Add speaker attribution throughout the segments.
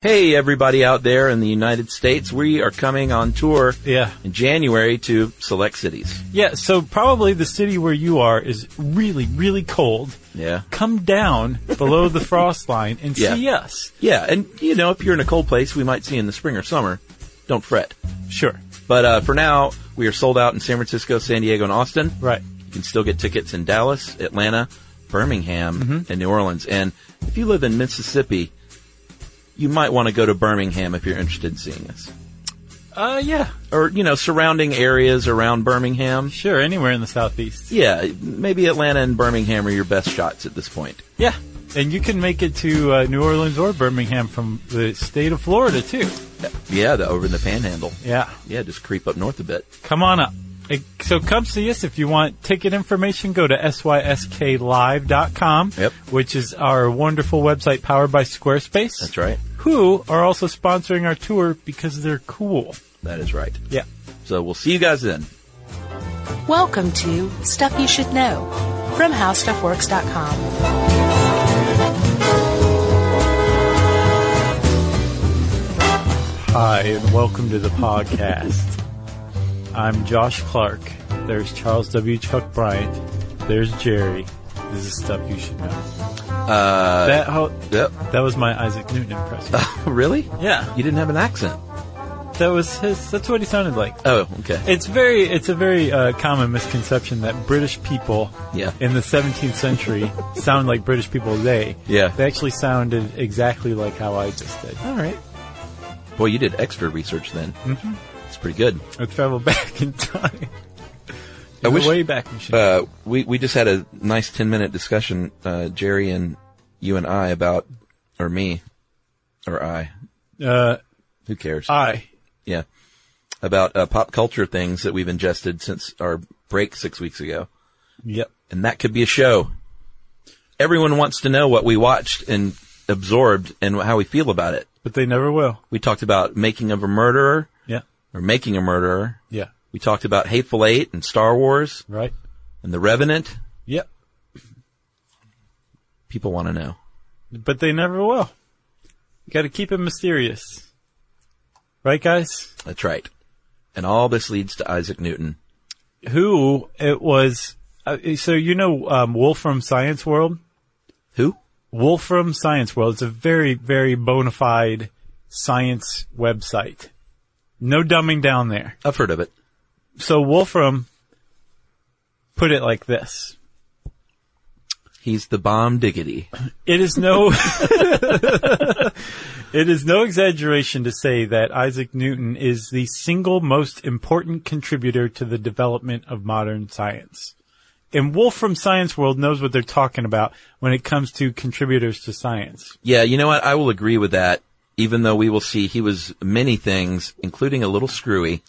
Speaker 1: Hey, everybody out there in the United States, we are coming on tour
Speaker 2: Yeah.
Speaker 1: in January to select cities.
Speaker 2: Yeah, so probably the city where you are is really, really cold.
Speaker 1: Yeah.
Speaker 2: Come down below the frost line and
Speaker 1: Yeah.
Speaker 2: see us.
Speaker 1: Yeah, and you know, if you're in a cold place, we might see you in the spring or summer. Don't fret.
Speaker 2: Sure.
Speaker 1: But uh, for now, we are sold out in San Francisco, San Diego, and Austin.
Speaker 2: Right.
Speaker 1: You can still get tickets in Dallas, Atlanta, Birmingham, and New Orleans. And if you live in Mississippi, you might want to go to Birmingham if you're interested in seeing us.
Speaker 2: Uh, yeah.
Speaker 1: Or, you know, surrounding areas around Birmingham.
Speaker 2: Sure. Anywhere in the southeast.
Speaker 1: Yeah, maybe Atlanta and Birmingham are your best shots at this point.
Speaker 2: Yeah. And you can make it to uh, New Orleans or Birmingham from the state of Florida too.
Speaker 1: Yeah, the, over in the panhandle.
Speaker 2: Yeah.
Speaker 1: Yeah, just creep up north a bit.
Speaker 2: Come on up. Uh, So come see us if you want ticket information. Go to sysklive.com,
Speaker 1: Yep.
Speaker 2: which is our wonderful website powered by Squarespace.
Speaker 1: That's right.
Speaker 2: Who are also sponsoring our tour because they're cool.
Speaker 1: That is right.
Speaker 2: Yeah.
Speaker 1: So we'll see you guys then.
Speaker 3: Welcome to Stuff You Should Know from HowStuffWorks.com.
Speaker 2: Hi, and welcome to the podcast. I'm Josh Clark. There's Charles W. Chuck Bryant. There's Jerry. This is stuff you should know. Uh, that, ho-
Speaker 1: Yep.
Speaker 2: that was my Isaac Newton impression.
Speaker 1: really?
Speaker 2: yeah,
Speaker 1: You didn't have an accent.
Speaker 2: that was his. That's what he sounded like.
Speaker 1: Oh, okay.
Speaker 2: It's very, it's a very uh, common misconception that British people
Speaker 1: Yeah.
Speaker 2: in the 17th century sound like British people today.
Speaker 1: Yeah.
Speaker 2: they actually sounded exactly like how I just did.
Speaker 1: All right. Boy, you did extra research then. Mm-hmm. It's pretty good.
Speaker 2: I travel back in time.
Speaker 1: I
Speaker 2: The
Speaker 1: wish-
Speaker 2: way back machine.
Speaker 1: Uh, we we just had a nice ten minute discussion, uh, Jerry and you and I about, or me, or I.
Speaker 2: uh,
Speaker 1: Who cares?
Speaker 2: I.
Speaker 1: yeah. About uh, pop culture things that we've ingested since our break six weeks ago,
Speaker 2: Yep.
Speaker 1: and that could be a show. Everyone wants to know what we watched and absorbed and how we feel about it.
Speaker 2: But they never will.
Speaker 1: We talked about Making of a Murderer
Speaker 2: Yeah.
Speaker 1: or Making a Murderer.
Speaker 2: Yeah.
Speaker 1: We talked about Hateful Eight and Star Wars
Speaker 2: Right?
Speaker 1: and The Revenant.
Speaker 2: Yep.
Speaker 1: People want to know.
Speaker 2: But they never will. Got to keep it mysterious. Right, guys?
Speaker 1: That's right. And all this leads to Isaac Newton.
Speaker 2: Who it was. Uh, so, you know, um, Wolfram Science World?
Speaker 1: Who?
Speaker 2: Wolfram Science World is a very, very bona fide science website. No dumbing down there.
Speaker 1: I've heard of it.
Speaker 2: So, Wolfram put it like this.
Speaker 1: He's the bomb diggity.
Speaker 2: It is no, it is no exaggeration to say that Isaac Newton is the single most important contributor to the development of modern science. And Wolf from Science World knows what they're talking about when it comes to contributors to science.
Speaker 1: Yeah, you know what? I will agree with that, even though we will see he was many things, including a little screwy.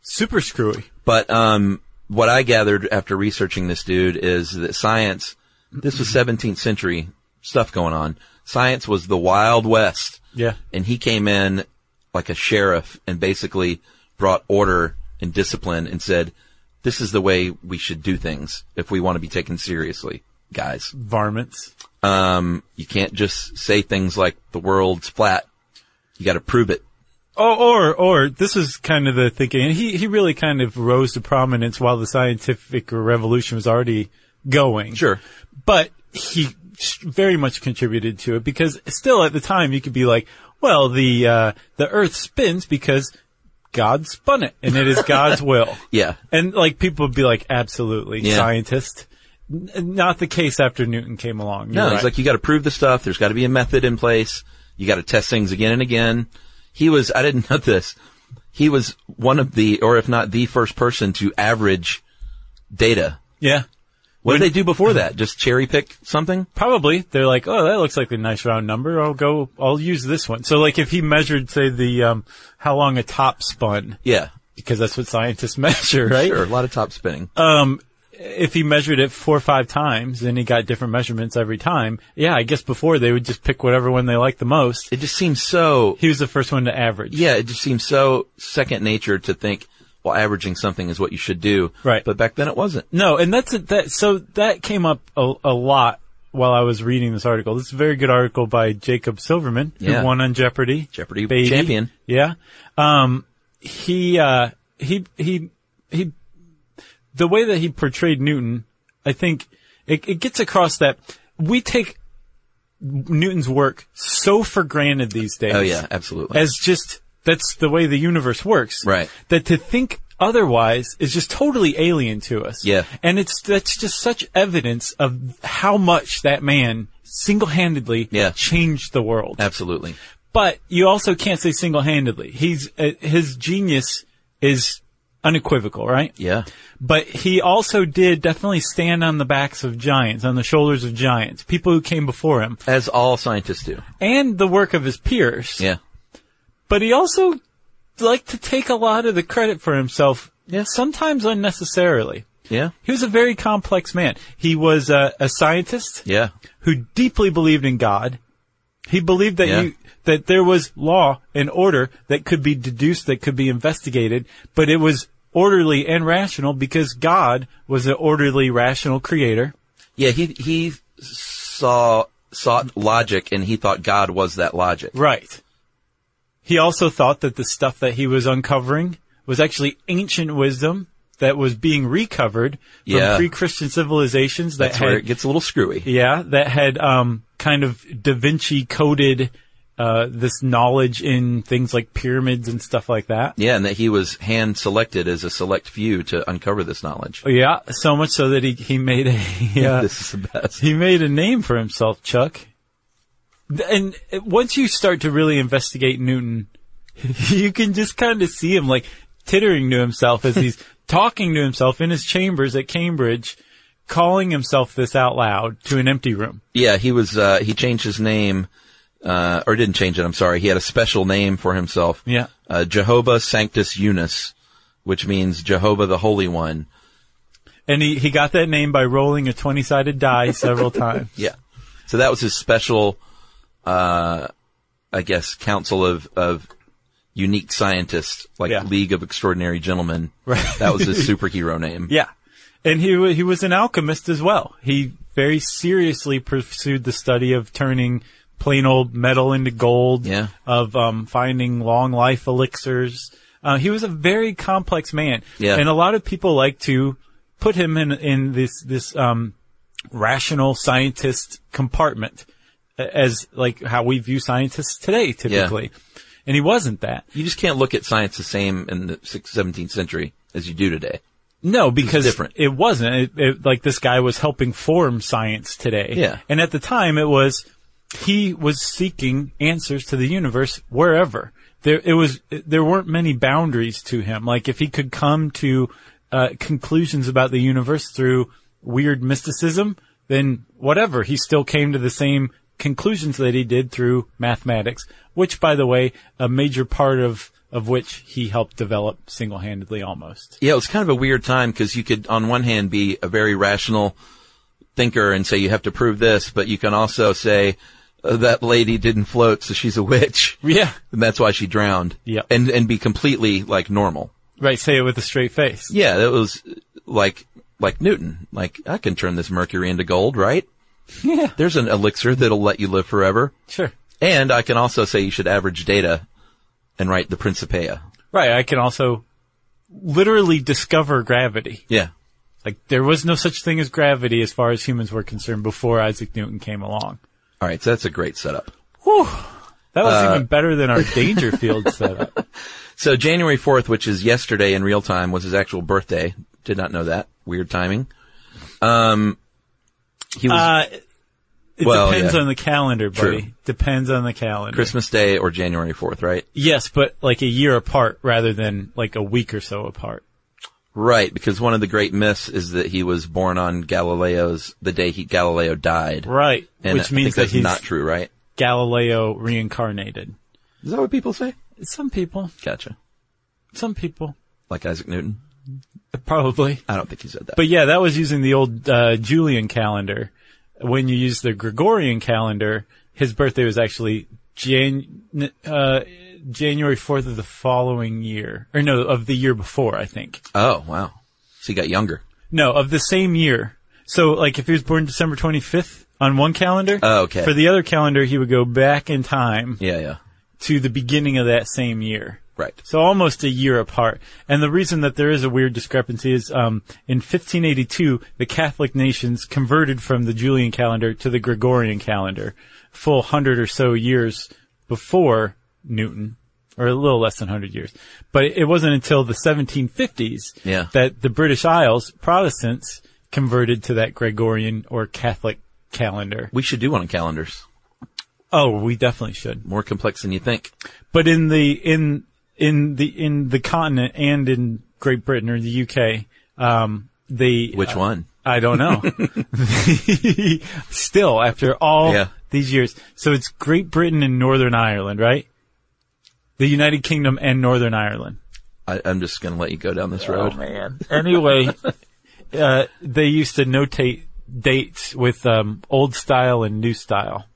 Speaker 2: Super screwy.
Speaker 1: But, um, what I gathered after researching this dude is that science, this was 17th century stuff going on. Science was the Wild West.
Speaker 2: Yeah.
Speaker 1: and he came in like a sheriff and basically brought order and discipline and said, "This is the way we should do things if we want to be taken seriously, guys.
Speaker 2: Varmints.
Speaker 1: Um, you can't just say things like the world's flat. You got to prove it."
Speaker 2: Oh, or, or, this is kind of the thinking. And he, he really kind of rose to prominence while the scientific revolution was already going.
Speaker 1: Sure.
Speaker 2: but he s- very much contributed to it because still at the time you could be like, well, the uh, the Earth spins because God spun it, and it is God's will.
Speaker 1: Yeah.
Speaker 2: and like people would be like, absolutely,
Speaker 1: Yeah.
Speaker 2: scientist. N- not the case after Newton came along.
Speaker 1: No,
Speaker 2: You're
Speaker 1: he's
Speaker 2: right.
Speaker 1: like, you got to prove the stuff. There's got to be a method in place. You got to test things again and again. He was, I didn't know this. He was one of the, or if not the first person to average data
Speaker 2: yeah.
Speaker 1: What did they do before that? Just cherry pick something?
Speaker 2: Probably they're like, oh, that looks like a nice round number. I'll go. I'll use this one. So like, if he measured, say, the um, how long a top spun,
Speaker 1: Yeah.
Speaker 2: because that's what scientists measure, right?
Speaker 1: Sure. A lot of top spinning.
Speaker 2: um, if he measured it four or five times and he got different measurements every time, yeah, I guess before they would just pick whatever one they liked the most.
Speaker 1: it just seems so,
Speaker 2: He was the first one to average.
Speaker 1: yeah, it just seems so second nature to think, well, averaging something is what you should do.
Speaker 2: Right.
Speaker 1: But back then it wasn't.
Speaker 2: No, and that's a, that. So that came up a, a lot while I was reading this article. This is a very good article by Jacob Silverman, who
Speaker 1: Yeah.
Speaker 2: won on Jeopardy.
Speaker 1: Jeopardy
Speaker 2: Beatty.
Speaker 1: champion.
Speaker 2: Yeah. Um, he, uh, he, he, he, the way that he portrayed Newton, I think it, it gets across that we take Newton's work so for granted these days.
Speaker 1: Oh yeah, absolutely.
Speaker 2: As just, that's the way the universe works.
Speaker 1: Right.
Speaker 2: That to think otherwise is just totally alien to us.
Speaker 1: Yeah.
Speaker 2: And it's, that's just such evidence of how much that man single-handedly
Speaker 1: Yeah.
Speaker 2: changed the world.
Speaker 1: absolutely.
Speaker 2: But you also can't say single-handedly. He's uh, his genius is unequivocal, right?
Speaker 1: Yeah.
Speaker 2: But he also did definitely stand on the backs of giants, on the shoulders of giants, people who came before him,
Speaker 1: As all scientists do.
Speaker 2: and the work of his peers.
Speaker 1: Yeah.
Speaker 2: But he also liked to take a lot of the credit for himself,
Speaker 1: Yeah.
Speaker 2: sometimes unnecessarily.
Speaker 1: Yeah.
Speaker 2: He was a very complex man. He was a, a scientist
Speaker 1: Yeah.
Speaker 2: who deeply believed in God. He believed that
Speaker 1: Yeah.
Speaker 2: you, that there was law and order that could be deduced, that could be investigated, but it was orderly and rational because God was an orderly, rational creator.
Speaker 1: Yeah. He, he saw, sought logic and he thought God was that logic.
Speaker 2: Right. He also thought that the stuff that he was uncovering was actually ancient wisdom that was being recovered from
Speaker 1: Yeah.
Speaker 2: pre-Christian civilizations that
Speaker 1: That's
Speaker 2: had
Speaker 1: where it gets a little screwy.
Speaker 2: Yeah, that had um, kind of Da Vinci coded uh, this knowledge in things like pyramids and stuff like that.
Speaker 1: Yeah. And that he was hand selected as a select few to uncover this knowledge.
Speaker 2: Yeah, so much so that he he made a uh,
Speaker 1: This is the best.
Speaker 2: he made a name for himself, Chuck. Th- And uh, once you start to really investigate Newton, you can just kind of see him like tittering to himself as he's talking to himself in his chambers at Cambridge, calling himself this out loud to an empty room.
Speaker 1: Yeah, he was. Uh, he changed his name, uh, or didn't change it. I'm sorry. He had a special name for himself.
Speaker 2: Yeah.
Speaker 1: uh, Jehovah Sanctus Unus, which means Jehovah the Holy One.
Speaker 2: And he, he got that name by rolling a 20 sided die several times.
Speaker 1: Yeah. So that was his special, uh, I guess, council of of unique scientists, like
Speaker 2: Yeah.
Speaker 1: League of Extraordinary Gentlemen.
Speaker 2: Right.
Speaker 1: That was his superhero name.
Speaker 2: Yeah. And he, wa- he was an alchemist as well. He very seriously pursued the study of turning plain old metal into gold,
Speaker 1: Yeah.
Speaker 2: of um, finding long life elixirs. Uh, he was a very complex man.
Speaker 1: Yeah.
Speaker 2: And a lot of people like to put him in, in this, this, um, rational scientist compartment a- as like how we view scientists today typically. And he wasn't that.
Speaker 1: You just can't look at science the same in the six- 17th century as you do today.
Speaker 2: No, because
Speaker 1: different.
Speaker 2: it wasn't. It, it, like this guy was helping form science today.
Speaker 1: Yeah.
Speaker 2: And at the time it was, he was seeking answers to the universe wherever. There, it was, there weren't many boundaries to him. Like if he could come to, uh, conclusions about the universe through weird mysticism, then whatever, he still came to the same conclusions that he did through mathematics, which by the way, a major part of, of which he helped develop single-handedly almost.
Speaker 1: Yeah, it was kind of a weird time because you could, on one hand, be a very rational thinker and say you have to prove this, but you can also say uh, that lady didn't float, so she's a witch,
Speaker 2: Yeah.
Speaker 1: and that's why she drowned.
Speaker 2: Yeah.
Speaker 1: and and be completely like normal.
Speaker 2: Right. Say it with a straight face.
Speaker 1: Yeah, that was uh, like like Newton. Like I can turn this mercury into gold, right?
Speaker 2: Yeah.
Speaker 1: There's an elixir that'll let you live forever,
Speaker 2: Sure.
Speaker 1: and I can also say you should average data and write the Principia.
Speaker 2: Right. I can also literally discover gravity.
Speaker 1: Yeah,
Speaker 2: Like there was no such thing as gravity as far as humans were concerned before Isaac Newton came along.
Speaker 1: all right, so that's a great setup.
Speaker 2: Whew. Uh, That was even better than our Dangerfield setup.
Speaker 1: So January 4th, which is yesterday in real time, was his actual birthday. Did not know that. Weird timing. Um, he was
Speaker 2: Uh, it
Speaker 1: Well,
Speaker 2: depends
Speaker 1: yeah.
Speaker 2: on the calendar, buddy.
Speaker 1: True.
Speaker 2: Depends on the calendar.
Speaker 1: Christmas Day or January 4th, right?
Speaker 2: Yes, but like a year apart rather than like a week or so apart.
Speaker 1: Right, because one of the great myths is that he was born on Galileo's, the day he, Galileo died.
Speaker 2: Right.
Speaker 1: And
Speaker 2: which
Speaker 1: I
Speaker 2: means
Speaker 1: think that's
Speaker 2: that he's
Speaker 1: not true, right?
Speaker 2: Galileo reincarnated.
Speaker 1: Is that what people say?
Speaker 2: Some people,
Speaker 1: Gotcha.
Speaker 2: some people,
Speaker 1: Like Isaac Newton?
Speaker 2: probably.
Speaker 1: I don't think he said that.
Speaker 2: But yeah, that was using the old uh, Julian calendar. When you use the Gregorian calendar, his birthday was actually Jan- n- uh, January 4th of the following year. Or no, of the year before, I think.
Speaker 1: oh, wow. So he got younger.
Speaker 2: No, of the same year. So like if he was born December 25th, on one calendar.
Speaker 1: Oh, okay.
Speaker 2: For the other calendar, he would go back in time
Speaker 1: Yeah, yeah.
Speaker 2: to the beginning of that same year.
Speaker 1: Right.
Speaker 2: So almost a year apart. And the reason that there is a weird discrepancy is um, in 1582, the Catholic nations converted from the Julian calendar to the Gregorian calendar, full hundred or so years before Newton, or a little less than hundred years. But it wasn't until the 1750s
Speaker 1: Yeah.
Speaker 2: that the British Isles, Protestants, converted to that Gregorian or Catholic calendar.
Speaker 1: We should do one on calendars.
Speaker 2: Oh, we definitely should.
Speaker 1: More complex than you think.
Speaker 2: but in the in in the in the continent and in Great Britain or the UK, um, they
Speaker 1: Which
Speaker 2: uh,
Speaker 1: one?
Speaker 2: I don't know. Still, after all
Speaker 1: Yeah.
Speaker 2: these years, so it's Great Britain and Northern Ireland, right? The United Kingdom and Northern Ireland.
Speaker 1: I, I'm just going to let you go down this road.
Speaker 2: man! Anyway, uh, they used to notate dates with um, old style and new style,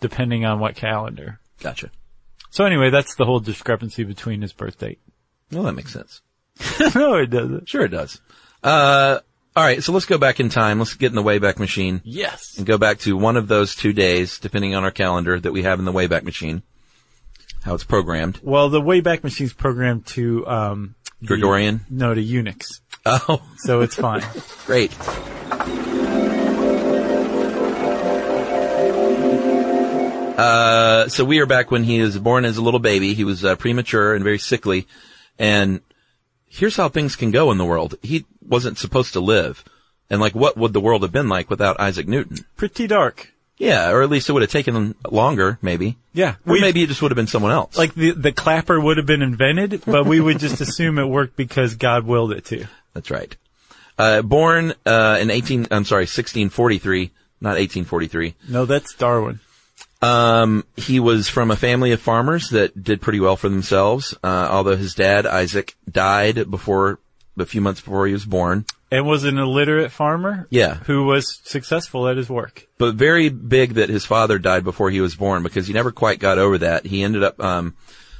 Speaker 2: depending on what calendar.
Speaker 1: Gotcha.
Speaker 2: So anyway, that's the whole discrepancy between his birth date.
Speaker 1: Well, that makes sense.
Speaker 2: no, it doesn't.
Speaker 1: Sure, it does. Uh, all right. So let's go back in time. Let's get in the Wayback Machine
Speaker 2: Yes.
Speaker 1: and go back to one of those two days, depending on our calendar that we have in the Wayback Machine, how it's programmed.
Speaker 2: Well, the Wayback Machine's programmed to um, the-
Speaker 1: Gregorian?
Speaker 2: no, to Unix,
Speaker 1: Oh,
Speaker 2: so it's fine.
Speaker 1: great. Uh, so we are back when he is born as a little baby. He was uh, premature and very sickly. And here's how things can go in the world. He wasn't supposed to live. And like, what would the world have been like without Isaac Newton?
Speaker 2: Pretty dark.
Speaker 1: Yeah, or at least it would have taken them longer, maybe.
Speaker 2: Yeah,
Speaker 1: Or
Speaker 2: we've-
Speaker 1: maybe it just would have been someone else.
Speaker 2: Like the the clapper would have been invented, but we would just assume it worked because God willed it to.
Speaker 1: That's right. Uh, born, uh, in 18, I'm sorry, 1643, not 1843.
Speaker 2: No, that's Darwin.
Speaker 1: Um, he was from a family of farmers that did pretty well for themselves, uh, although his dad, Isaac, died before, a few months before he was born.
Speaker 2: And was an illiterate farmer.
Speaker 1: Yeah.
Speaker 2: Who was successful at his work.
Speaker 1: But very big that his father died before he was born because he never quite got over that. He ended up, um,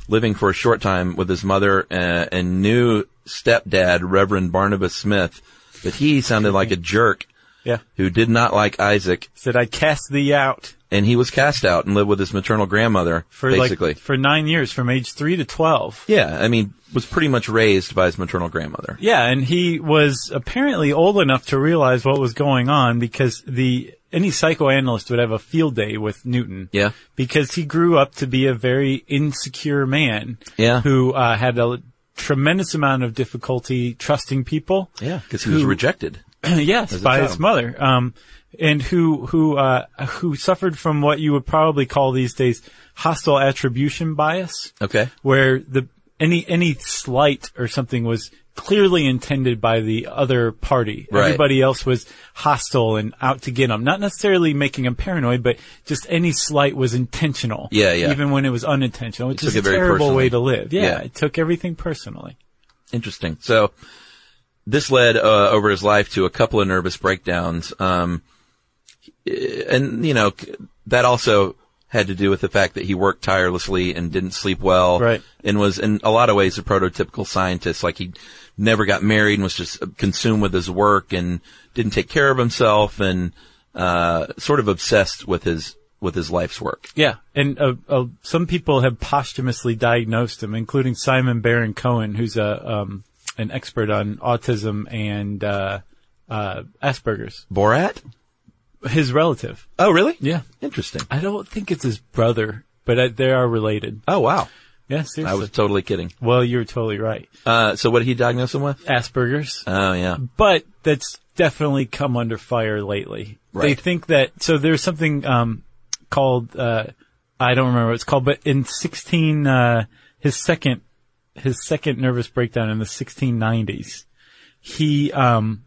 Speaker 1: living for a short time with his mother and, and new stepdad, Reverend Barnabas Smith, but he sounded like a jerk
Speaker 2: Yeah.
Speaker 1: who did not like Isaac
Speaker 2: Said, "I cast thee out."
Speaker 1: and he was cast out and lived with his maternal grandmother,
Speaker 2: For
Speaker 1: basically.
Speaker 2: like for nine years, from age three to twelve.
Speaker 1: yeah, I mean, was pretty much raised by his maternal grandmother.
Speaker 2: Yeah, and he was apparently old enough to realize what was going on because the any psychoanalyst would have a field day with Newton.
Speaker 1: Yeah.
Speaker 2: Because he grew up to be a very insecure man.
Speaker 1: Yeah.
Speaker 2: Who uh, had a tremendous amount of difficulty trusting people.
Speaker 1: Yeah, because he was
Speaker 2: Who-
Speaker 1: rejected.
Speaker 2: yes,
Speaker 1: As a
Speaker 2: by
Speaker 1: child.
Speaker 2: his mother. Um, and who who uh, who suffered from what you would probably call these days hostile attribution bias
Speaker 1: Okay.
Speaker 2: where the any any slight or something was clearly intended by the other party.
Speaker 1: Right.
Speaker 2: Everybody else was hostile and out to get him. Not necessarily making him paranoid, but just any slight was intentional.
Speaker 1: Yeah, yeah.
Speaker 2: Even when it was unintentional, which
Speaker 1: It
Speaker 2: is
Speaker 1: took
Speaker 2: a
Speaker 1: it very
Speaker 2: terrible
Speaker 1: personally.
Speaker 2: way to live. Yeah,
Speaker 1: Yeah.
Speaker 2: it took everything personally.
Speaker 1: Interesting. So this led uh, over his life to a couple of nervous breakdowns. Um, and you know c- that also had to do with the fact that he worked tirelessly and didn't sleep well,
Speaker 2: Right.
Speaker 1: And was in a lot of ways a prototypical scientist. Like he never got married and was just consumed with his work and didn't take care of himself and uh, sort of obsessed with his with his life's work.
Speaker 2: Yeah, and uh, uh, some people have posthumously diagnosed him, including Simon Baron Cohen, who's a um, an expert on autism and uh, uh, Asperger's.
Speaker 1: Borat?
Speaker 2: His relative.
Speaker 1: Oh, really?
Speaker 2: Yeah.
Speaker 1: Interesting.
Speaker 2: I don't think it's his brother, but I, they are related.
Speaker 1: Oh, wow.
Speaker 2: Yeah, seriously.
Speaker 1: I was totally kidding.
Speaker 2: well, you're totally right.
Speaker 1: Uh, so what did he diagnose him with?
Speaker 2: Asperger's.
Speaker 1: Oh yeah.
Speaker 2: but that's definitely come under fire lately. They
Speaker 1: Right.
Speaker 2: think that, so there's something, um, called, uh, I don't remember what it's called, but in 16, uh, his second, his second nervous breakdown in the 1690s, he, um,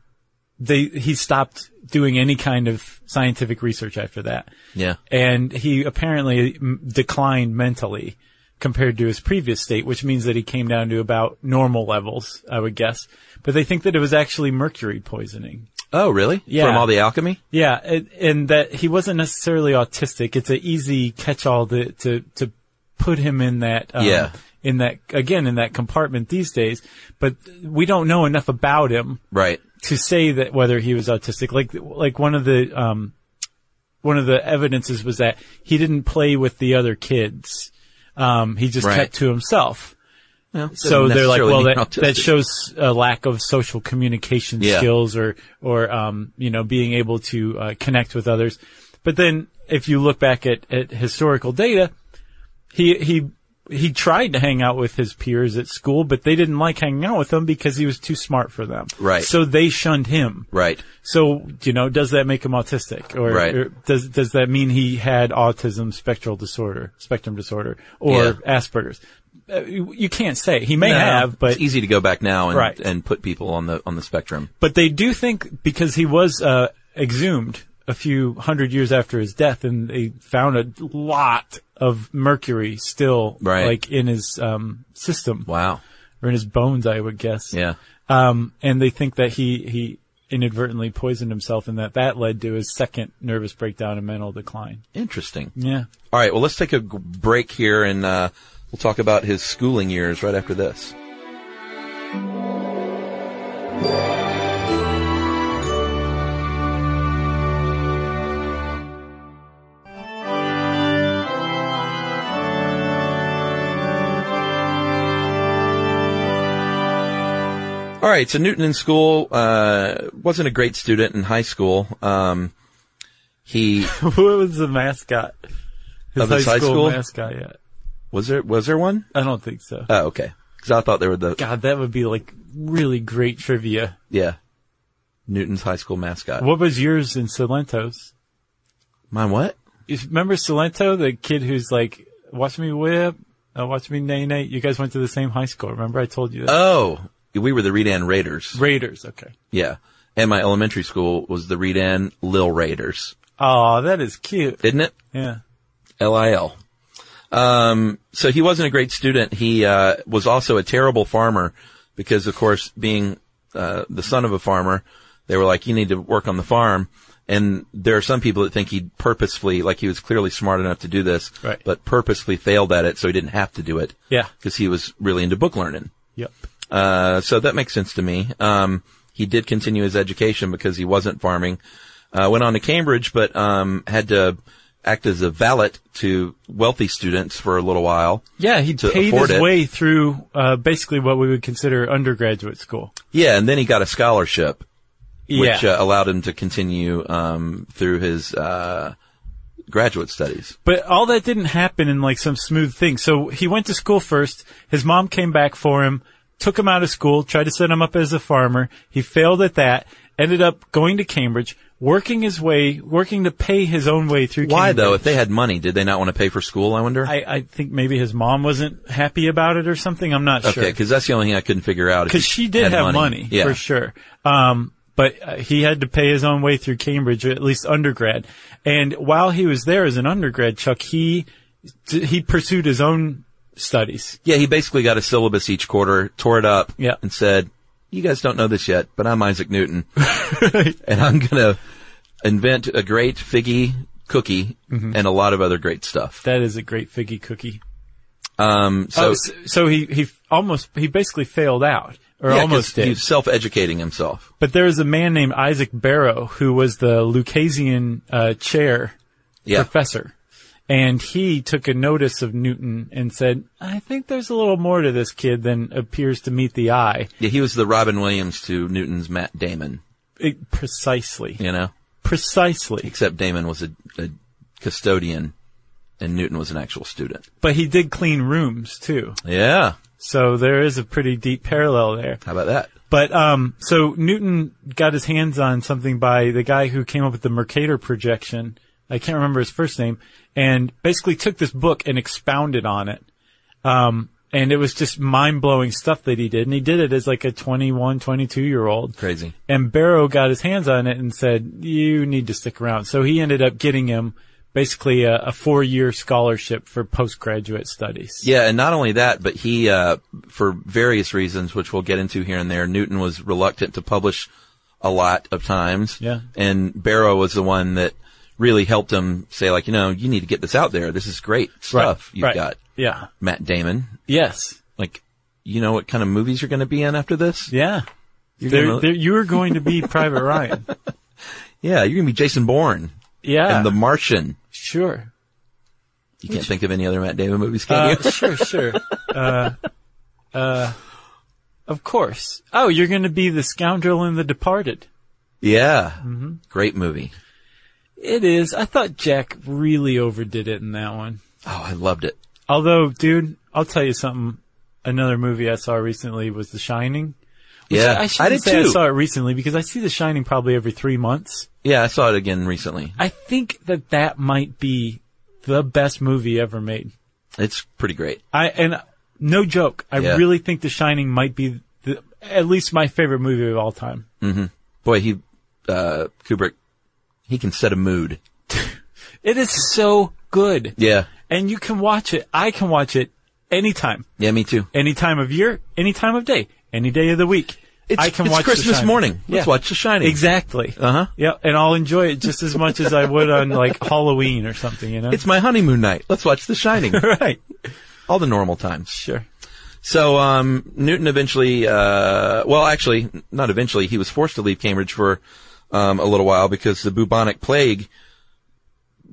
Speaker 2: they, he stopped doing any kind of scientific research after that.
Speaker 1: Yeah.
Speaker 2: and he apparently m- declined mentally compared to his previous state, which means that he came down to about normal levels, I would guess. But they think that it was actually mercury poisoning.
Speaker 1: Oh really?
Speaker 2: Yeah.
Speaker 1: From all the alchemy?
Speaker 2: Yeah, and, and that he wasn't necessarily autistic. It's an easy catch-all to to, to put him in that. Um,
Speaker 1: Yeah.
Speaker 2: In that again, in that compartment these days, but we don't know enough about him
Speaker 1: Right.
Speaker 2: to say that whether he was autistic, like like one of the um, one of the evidences was that he didn't play with the other kids. Um, he just
Speaker 1: Right.
Speaker 2: kept to himself.
Speaker 1: Well,
Speaker 2: So
Speaker 1: doesn't
Speaker 2: they're like,
Speaker 1: necessarily
Speaker 2: well,
Speaker 1: mean
Speaker 2: that, that
Speaker 1: autistic.
Speaker 2: shows a lack of social communication
Speaker 1: Yeah.
Speaker 2: skills or, or, um, you know, being able to uh, connect with others. But then if you look back at, at historical data, he, he, he tried to hang out with his peers at school, but they didn't like hanging out with him because he was too smart for them.
Speaker 1: Right.
Speaker 2: So they shunned him.
Speaker 1: Right.
Speaker 2: So, you know, does that make him autistic? Or,
Speaker 1: Right.
Speaker 2: or does, does that mean he had autism spectral disorder, spectrum disorder, or
Speaker 1: Yeah.
Speaker 2: Asperger's? Uh, you, you can't say. He may
Speaker 1: No,
Speaker 2: have, but,
Speaker 1: it's easy to go back now and
Speaker 2: Right.
Speaker 1: and put people on the on the spectrum.
Speaker 2: but they do think because he was, uh, exhumed a few hundred years after his death and they found a lot of mercury still,
Speaker 1: Right.
Speaker 2: like in his, um, system
Speaker 1: Wow.
Speaker 2: or in his bones, I would guess.
Speaker 1: Yeah.
Speaker 2: Um, and they think that he, he inadvertently poisoned himself and that that led to his second nervous breakdown and mental decline.
Speaker 1: Interesting.
Speaker 2: Yeah.
Speaker 1: All right. Well, let's take a g- break here and uh, we'll talk about his schooling years right after this. All right. So Newton in school uh, wasn't a great student in high school. Um, he
Speaker 2: what was the mascot? His
Speaker 1: Of his high school?
Speaker 2: mascot, yeah.
Speaker 1: was there was there one?
Speaker 2: I don't think so.
Speaker 1: Oh, okay. Because I thought they were the
Speaker 2: God, that would be like really great trivia.
Speaker 1: yeah Newton's high school mascot.
Speaker 2: What was yours in Silento's?
Speaker 1: My what?
Speaker 2: You remember Silento, the kid who's like, watch me whip, uh, watch me nay nay. You guys went to the same high school. Remember I told you that?
Speaker 1: Oh, we were the Redan Raiders.
Speaker 2: Uh, Raiders. Okay.
Speaker 1: Yeah, and my elementary school was the Redan Lil Raiders,
Speaker 2: Oh, that is cute.
Speaker 1: didn't it?
Speaker 2: Yeah.
Speaker 1: L I L. Um, so he wasn't a great student. He uh, was also a terrible farmer because, of course, being uh, the son of a farmer, they were like, "You need to work on the farm." And there are some people that think he purposefully, like he was clearly smart enough to do this,
Speaker 2: Right.
Speaker 1: but purposefully failed at it so he didn't have to do it.
Speaker 2: Yeah.
Speaker 1: because he was really into book learning.
Speaker 2: Yep.
Speaker 1: Uh, so that makes sense to me. Um, he did continue his education because he wasn't farming. Uh, went on to Cambridge, but um, had to act as a valet to wealthy students for a little while.
Speaker 2: Yeah, he
Speaker 1: to
Speaker 2: paid
Speaker 1: afford
Speaker 2: his
Speaker 1: it.
Speaker 2: way through uh, basically what we would consider undergraduate school.
Speaker 1: Yeah, and then he got a scholarship, which
Speaker 2: yeah,
Speaker 1: uh, allowed him to continue um, through his uh, graduate studies.
Speaker 2: but all that didn't happen in like some smooth thing. So he went to school first. His mom came back for him, took him out of school, tried to set him up as a farmer. He failed at that. Ended up going to Cambridge, working his way, working to pay his own way through.
Speaker 1: Why
Speaker 2: Cambridge.
Speaker 1: though? If they had money, did they not want to pay for school? I wonder.
Speaker 2: I, I think maybe his mom wasn't happy about it or something. I'm not
Speaker 1: okay,
Speaker 2: sure.
Speaker 1: because that's the only thing I couldn't figure out. if
Speaker 2: because she did
Speaker 1: had
Speaker 2: have money,
Speaker 1: Yeah.
Speaker 2: for sure. Um, but uh, he had to pay his own way through Cambridge, or at least undergrad. And while he was there as an undergrad, Chuck, he he pursued his own studies.
Speaker 1: Yeah, he basically got a syllabus each quarter, tore it up,
Speaker 2: Yeah.
Speaker 1: and said, "You guys don't know this yet, but I'm Isaac Newton, and I'm gonna invent a great figgy cookie
Speaker 2: Mm-hmm.
Speaker 1: and a lot of other great stuff."
Speaker 2: That is a great figgy cookie.
Speaker 1: Um, so
Speaker 2: Oh, So, so, he he almost he basically failed out or
Speaker 1: yeah, 'cause
Speaker 2: almost did.
Speaker 1: he's self-educating himself.
Speaker 2: But there was a man named Isaac Barrow who was the Lucasian uh, chair
Speaker 1: Yeah,
Speaker 2: professor. And he took a notice of Newton and said, I think there's a little more to this kid than appears to meet the eye.
Speaker 1: yeah, he was the Robin Williams to Newton's Matt Damon.
Speaker 2: It- precisely.
Speaker 1: You know,
Speaker 2: Precisely.
Speaker 1: except Damon was a, a custodian, and Newton was an actual student.
Speaker 2: But he did clean rooms too.
Speaker 1: Yeah,
Speaker 2: So there is a pretty deep parallel there.
Speaker 1: how about that?
Speaker 2: But, um, so Newton got his hands on something by the guy who came up with the Mercator projection. I can't remember his first name and basically took this book and expounded on it. Um, and it was just mind blowing stuff that he did. And he did it as like a 21, 22 year old.
Speaker 1: Crazy.
Speaker 2: And Barrow got his hands on it and said, you need to stick around. So he ended up getting him basically a, a four year scholarship for postgraduate studies.
Speaker 1: Yeah, and not only that, but he, uh, for various reasons, which we'll get into here and there, Newton was reluctant to publish a lot of times.
Speaker 2: Yeah.
Speaker 1: And Barrow was the one that really helped him say, like, you know, you need to get this out there. This is great stuff you've
Speaker 2: right.
Speaker 1: got.
Speaker 2: Yeah.
Speaker 1: Matt Damon,
Speaker 2: Yes.
Speaker 1: like, you know what kind of movies you're going to be in after this?
Speaker 2: Yeah.
Speaker 1: You're
Speaker 2: There,
Speaker 1: gonna-
Speaker 2: there, you were going to be Private Ryan.
Speaker 1: yeah, you're going to be Jason Bourne.
Speaker 2: Yeah.
Speaker 1: and The Martian.
Speaker 2: sure.
Speaker 1: You can't think of any other Matt Damon movies, can
Speaker 2: Uh,
Speaker 1: you?
Speaker 2: sure, sure. Uh, uh, of course. Oh, you're going to be the scoundrel in The Departed.
Speaker 1: Yeah.
Speaker 2: Mm-hmm.
Speaker 1: Great movie.
Speaker 2: It is. I thought Jack really overdid it in that one.
Speaker 1: Oh, I loved it.
Speaker 2: Although, dude, I'll tell you something. Another movie I saw recently was The Shining. Which
Speaker 1: yeah.
Speaker 2: I, shouldn't
Speaker 1: did
Speaker 2: say
Speaker 1: too.
Speaker 2: I saw it recently because I see The Shining probably every three months.
Speaker 1: yeah, I saw it again recently.
Speaker 2: I think that that might be the best movie ever made.
Speaker 1: It's pretty great.
Speaker 2: I and no joke, I
Speaker 1: Yeah.
Speaker 2: really think The Shining might be the, at least my favorite movie of all time.
Speaker 1: Boy, he, uh, Kubrick, he can set a mood.
Speaker 2: It is so good,
Speaker 1: Yeah.
Speaker 2: and you can watch it. I can watch it anytime,
Speaker 1: Yeah, me too.
Speaker 2: any time of year, any time of day, any day of the week.
Speaker 1: It's,
Speaker 2: I can
Speaker 1: it's
Speaker 2: watch The
Speaker 1: Christmas
Speaker 2: Shining.
Speaker 1: morning. Let's
Speaker 2: Yeah.
Speaker 1: watch The Shining.
Speaker 2: Exactly.
Speaker 1: Uh-huh.
Speaker 2: Yeah, and I'll enjoy it just as much as I would on like Halloween or something. You know.
Speaker 1: It's my honeymoon night. Let's watch The Shining.
Speaker 2: right.
Speaker 1: All the normal times.
Speaker 2: Sure.
Speaker 1: So um, Newton eventually, uh, well, actually, not eventually. He was forced to leave Cambridge for um, a little while because the bubonic plague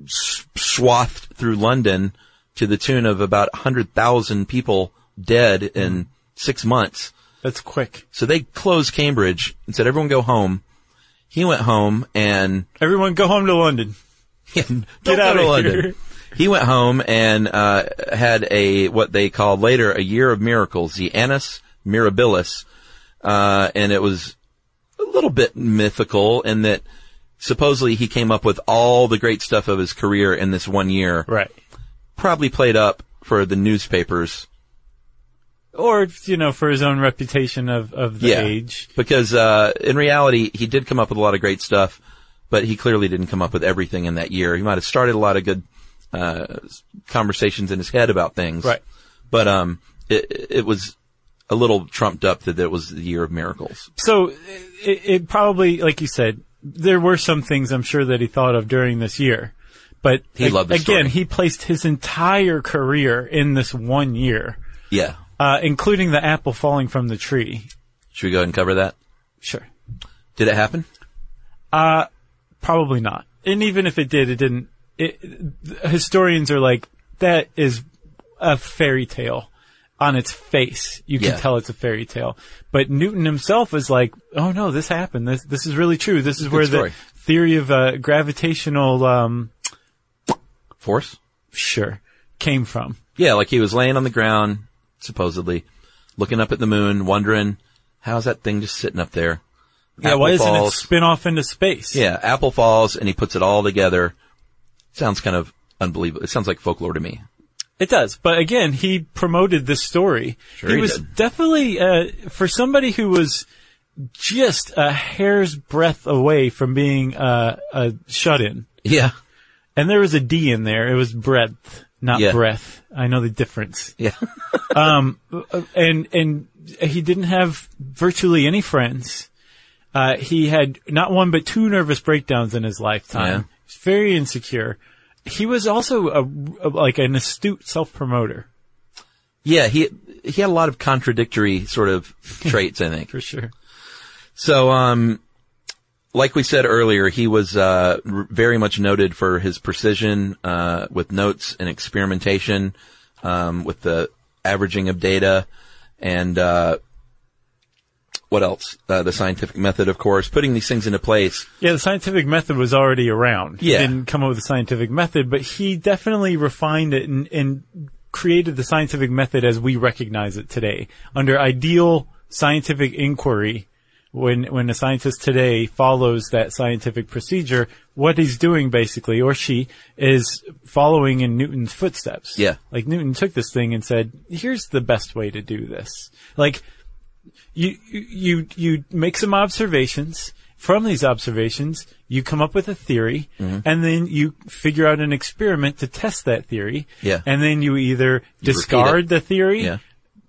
Speaker 1: s- swathed through London to the tune of about hundred thousand people dead in six months.
Speaker 2: That's quick.
Speaker 1: So they closed Cambridge and said, "Everyone go home." He went home and
Speaker 2: Everyone, go home to London.
Speaker 1: Don't
Speaker 2: Get
Speaker 1: go
Speaker 2: outta
Speaker 1: to
Speaker 2: here.
Speaker 1: London. He went home and uh, had a what they called later a year of miracles, the Annus Mirabilis, uh, and it was a little bit mythical in that supposedly he came up with all the great stuff of his career in this one year,
Speaker 2: Right.
Speaker 1: probably played up for the newspapers.
Speaker 2: Or you know, for his own reputation of of the
Speaker 1: yeah,
Speaker 2: age.
Speaker 1: because uh, in reality he did come up with a lot of great stuff, but he clearly didn't come up with everything in that year. He might have started a lot of good uh, conversations in his head about things,
Speaker 2: Right.
Speaker 1: But um, it it was a little trumped up that it was the year of miracles.
Speaker 2: So it, it probably, like you said, there were some things I'm sure that he thought of during this year. But
Speaker 1: He
Speaker 2: ag-
Speaker 1: loved the
Speaker 2: again,
Speaker 1: story.
Speaker 2: he placed his entire career in this one year,
Speaker 1: Yeah.
Speaker 2: uh, including the apple falling from the tree.
Speaker 1: Should we go ahead and cover that?
Speaker 2: Sure.
Speaker 1: Did it happen?
Speaker 2: Probably not. And even if it did, it didn't. It, th- historians are like, that is a fairy tale on its face. You can
Speaker 1: Yeah.
Speaker 2: tell it's a fairy tale. But Newton himself is like, oh no, this happened. This, this is really true. This is where the
Speaker 1: story.
Speaker 2: theory of uh, gravitational, um,
Speaker 1: Force?
Speaker 2: sure, came from.
Speaker 1: Yeah, like he was laying on the ground, supposedly, looking up at the moon, wondering, how's that thing just sitting up there?
Speaker 2: yeah, why
Speaker 1: Apple
Speaker 2: doesn't it
Speaker 1: falls.
Speaker 2: spin off into space?
Speaker 1: Yeah, Apple falls and he puts it all together. Sounds kind of unbelievable. It sounds like folklore to me.
Speaker 2: It does, but again, he promoted this story.
Speaker 1: Sure
Speaker 2: he,
Speaker 1: he
Speaker 2: was
Speaker 1: did.
Speaker 2: definitely uh, for somebody who was just a hair's breadth away from being uh, a shut-in,
Speaker 1: Yeah.
Speaker 2: and there was a D in there. It was breadth, not
Speaker 1: Yeah.
Speaker 2: breath. I know the difference.
Speaker 1: Yeah.
Speaker 2: And and he didn't have virtually any friends. Uh, he had not one but two nervous breakdowns in his lifetime.
Speaker 1: Yeah.
Speaker 2: He was very insecure. He was also a, a- like an astute self-promoter
Speaker 1: Yeah, he, he had a lot of contradictory sort of traits, I think.
Speaker 2: for sure.
Speaker 1: So, um, like we said earlier, he was uh, r- very much noted for his precision uh, with notes and experimentation, um, with the averaging of data, and uh, what else? Uh, the scientific method, of course, putting these things into place.
Speaker 2: Yeah, the scientific method was already around.
Speaker 1: Yeah.
Speaker 2: He didn't come up with a scientific method, but he definitely refined it and, and created the scientific method as we recognize it today. Under ideal scientific inquiry, when, when a scientist today follows that scientific procedure, what he's doing basically, or she, is following in Newton's footsteps.
Speaker 1: Yeah.
Speaker 2: Like Newton took this thing and said, here's the best way to do this. Like, you you you make some observations. From these observations, you come up with a theory,
Speaker 1: Mm-hmm.
Speaker 2: and then you figure out an experiment to test that theory.
Speaker 1: Yeah.
Speaker 2: And then you either discard
Speaker 1: it.
Speaker 2: the theory,
Speaker 1: Yeah.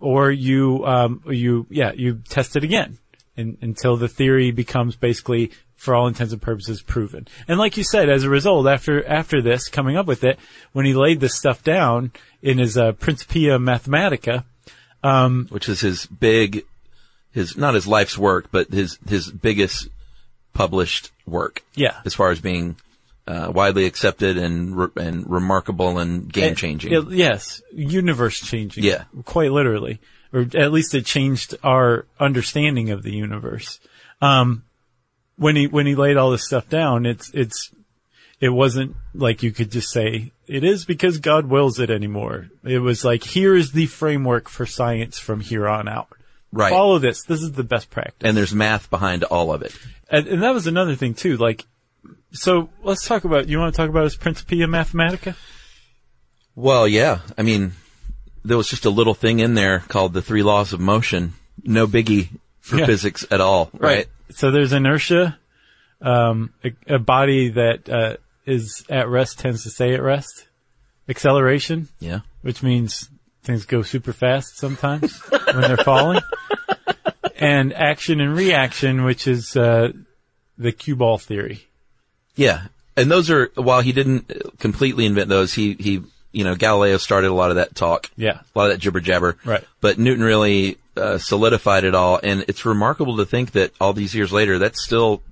Speaker 2: or you um you yeah you test it again and, until the theory becomes basically for all intents and purposes proven. And like you said, as a result, after after this coming up with it, when he laid this stuff down in his uh, Principia Mathematica,
Speaker 1: which is his big, his not his life's work, but his his biggest published work.
Speaker 2: Yeah.
Speaker 1: as far as being uh, widely accepted and re- and remarkable and game changing.
Speaker 2: It- yes, universe changing.
Speaker 1: Yeah.
Speaker 2: quite literally, or at least it changed our understanding of the universe. Um, when he when he laid all this stuff down, it's it's it wasn't like you could just say it is because God wills it anymore. It was like here is the framework for science from here on out.
Speaker 1: Right.
Speaker 2: Follow this. This is the best practice.
Speaker 1: and there's math behind all of it.
Speaker 2: And, and that was another thing too. Like, so let's talk about. You want to talk about his Principia Mathematica?
Speaker 1: Well, yeah. I mean, there was just a little thing in there called the three laws of motion. No biggie for
Speaker 2: Yeah.
Speaker 1: physics at all, right?
Speaker 2: So there's inertia. Um, a, a body that uh, is at rest tends to stay at rest. Acceleration,
Speaker 1: Yeah.
Speaker 2: which means things go super fast sometimes when they're falling. And action and reaction, which is uh, the cue ball theory.
Speaker 1: Yeah. And those are, while he didn't uh, completely invent those, he, he, you know, Galileo started a lot of that talk.
Speaker 2: Yeah.
Speaker 1: A lot of that jibber jabber.
Speaker 2: Right.
Speaker 1: But Newton really uh, solidified it all. And it's remarkable to think that all these years later, that's still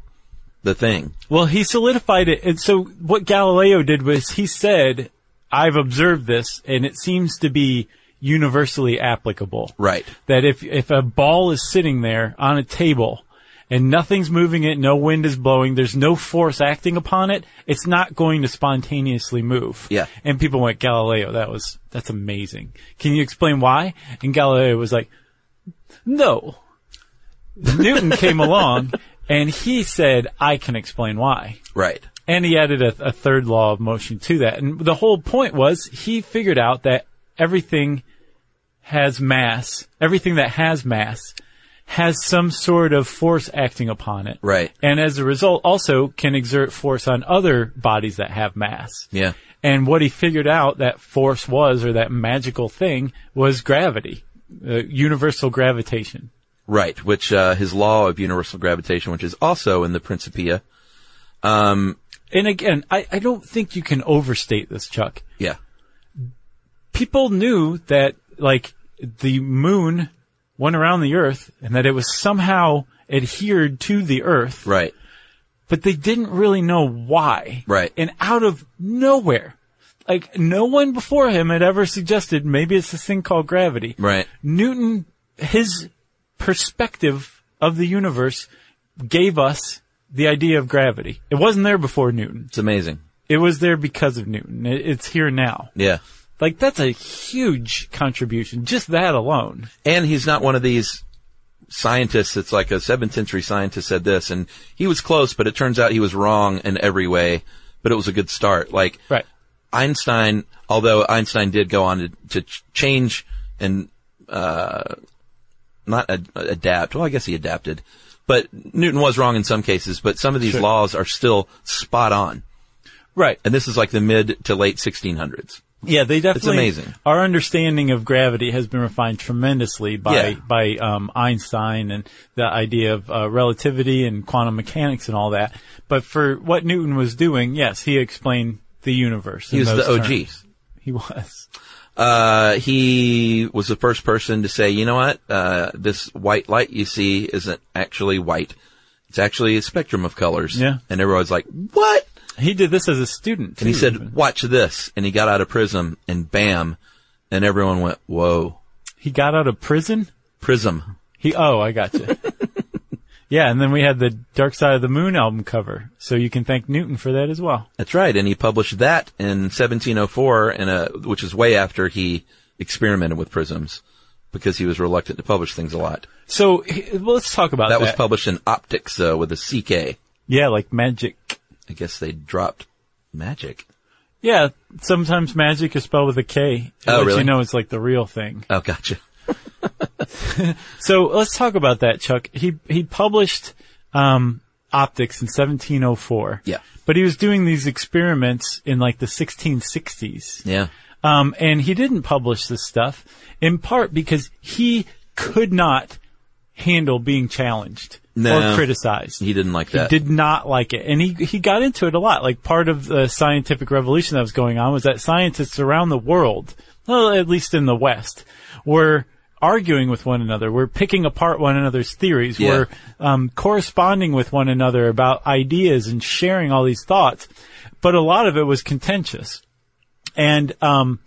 Speaker 1: the thing.
Speaker 2: Well, he solidified it. And so what Galileo did was he said, I've observed this and it seems to be universally applicable.
Speaker 1: Right.
Speaker 2: That if, if a ball is sitting there on a table and nothing's moving it, no wind is blowing, there's no force acting upon it, it's not going to spontaneously move.
Speaker 1: Yeah.
Speaker 2: And people went, Galileo, that was, that's amazing. Can you explain why? And Galileo was like, no. Newton came along and he said, I can explain why.
Speaker 1: Right.
Speaker 2: And he added a, a third law of motion to that. And the whole point was he figured out that everything has mass, everything that has mass has some sort of force acting upon it.
Speaker 1: Right.
Speaker 2: And as a result also can exert force on other bodies that have mass.
Speaker 1: Yeah.
Speaker 2: And what he figured out that force was, or that magical thing, was gravity, uh, universal gravitation.
Speaker 1: Right, which uh, his law of universal gravitation, which is also in the Principia.
Speaker 2: And again, I, I don't think you can overstate this, Chuck.
Speaker 1: Yeah,
Speaker 2: People knew that, like, the moon went around the earth and that it was somehow adhered to the earth,
Speaker 1: right,
Speaker 2: but they didn't really know why.
Speaker 1: Right.
Speaker 2: And out of nowhere, like, no one before him had ever suggested maybe it's this thing called gravity.
Speaker 1: right,
Speaker 2: Newton, his perspective of the universe gave us the idea of gravity. It wasn't there before Newton.
Speaker 1: it's amazing.
Speaker 2: It was there because of Newton. It- It's here now.
Speaker 1: Yeah,
Speaker 2: Like that's a huge contribution. Just that alone.
Speaker 1: and he's not one of these scientists that's like a seventh century scientist said this, and he was close, but it turns out he was wrong in every way. But it was a good start. Like
Speaker 2: Right.
Speaker 1: Einstein, although Einstein did go on to, to ch- change and uh, not ad- adapt. Well, I guess he adapted, but Newton was wrong in some cases. But some of these
Speaker 2: Sure.
Speaker 1: laws are still spot on.
Speaker 2: Right.
Speaker 1: And this is like the mid to late 1600s.
Speaker 2: Yeah, they definitely.
Speaker 1: amazing.
Speaker 2: Our understanding of gravity has been refined tremendously by
Speaker 1: Yeah.
Speaker 2: by um, Einstein and the idea of uh, relativity and quantum mechanics and all that. But for what Newton was doing, yes, he explained the universe.
Speaker 1: He
Speaker 2: in
Speaker 1: was
Speaker 2: those
Speaker 1: the OG.
Speaker 2: terms. He was.
Speaker 1: Uh, he was the first person to say, you know what, uh, this white light you see isn't actually white. It's actually a spectrum of colors.
Speaker 2: Yeah.
Speaker 1: And everyone's like, what?
Speaker 2: He did this as a student.
Speaker 1: And he
Speaker 2: too.
Speaker 1: said, watch this. And he got out of prism and bam. And everyone went, whoa,
Speaker 2: he got out of prison.
Speaker 1: prism.
Speaker 2: He. Oh, I got you. yeah, and then we had the Dark Side of the Moon album cover, so you can thank Newton for that as well.
Speaker 1: That's right. And he published that in 1704 in a, which is way after he experimented with prisms because he was reluctant to publish things a lot.
Speaker 2: So he- well, let's talk about
Speaker 1: That
Speaker 2: that.
Speaker 1: was published in Optics though with a CK.
Speaker 2: yeah, like magic.
Speaker 1: I guess they dropped magic.
Speaker 2: Yeah, sometimes magic is spelled with a K. It
Speaker 1: Oh,
Speaker 2: lets
Speaker 1: really?
Speaker 2: You know, it's like the real thing.
Speaker 1: Oh, gotcha.
Speaker 2: So let's talk about that, Chuck. He he published um, optics in 1704.
Speaker 1: Yeah.
Speaker 2: but he was doing these experiments in like the 1660s.
Speaker 1: Yeah.
Speaker 2: Um, and he didn't publish this stuff in part because he could not handle being challenged
Speaker 1: No.
Speaker 2: or criticized.
Speaker 1: He didn't like
Speaker 2: He
Speaker 1: that.
Speaker 2: did not like it. And he, he got into it a lot. Like part of the scientific revolution that was going on was that scientists around the world, well, at least in the West, were arguing with one another. We're picking apart one another's theories.
Speaker 1: Yeah.
Speaker 2: We're um, corresponding with one another about ideas and sharing all these thoughts. But a lot of it was contentious. And um,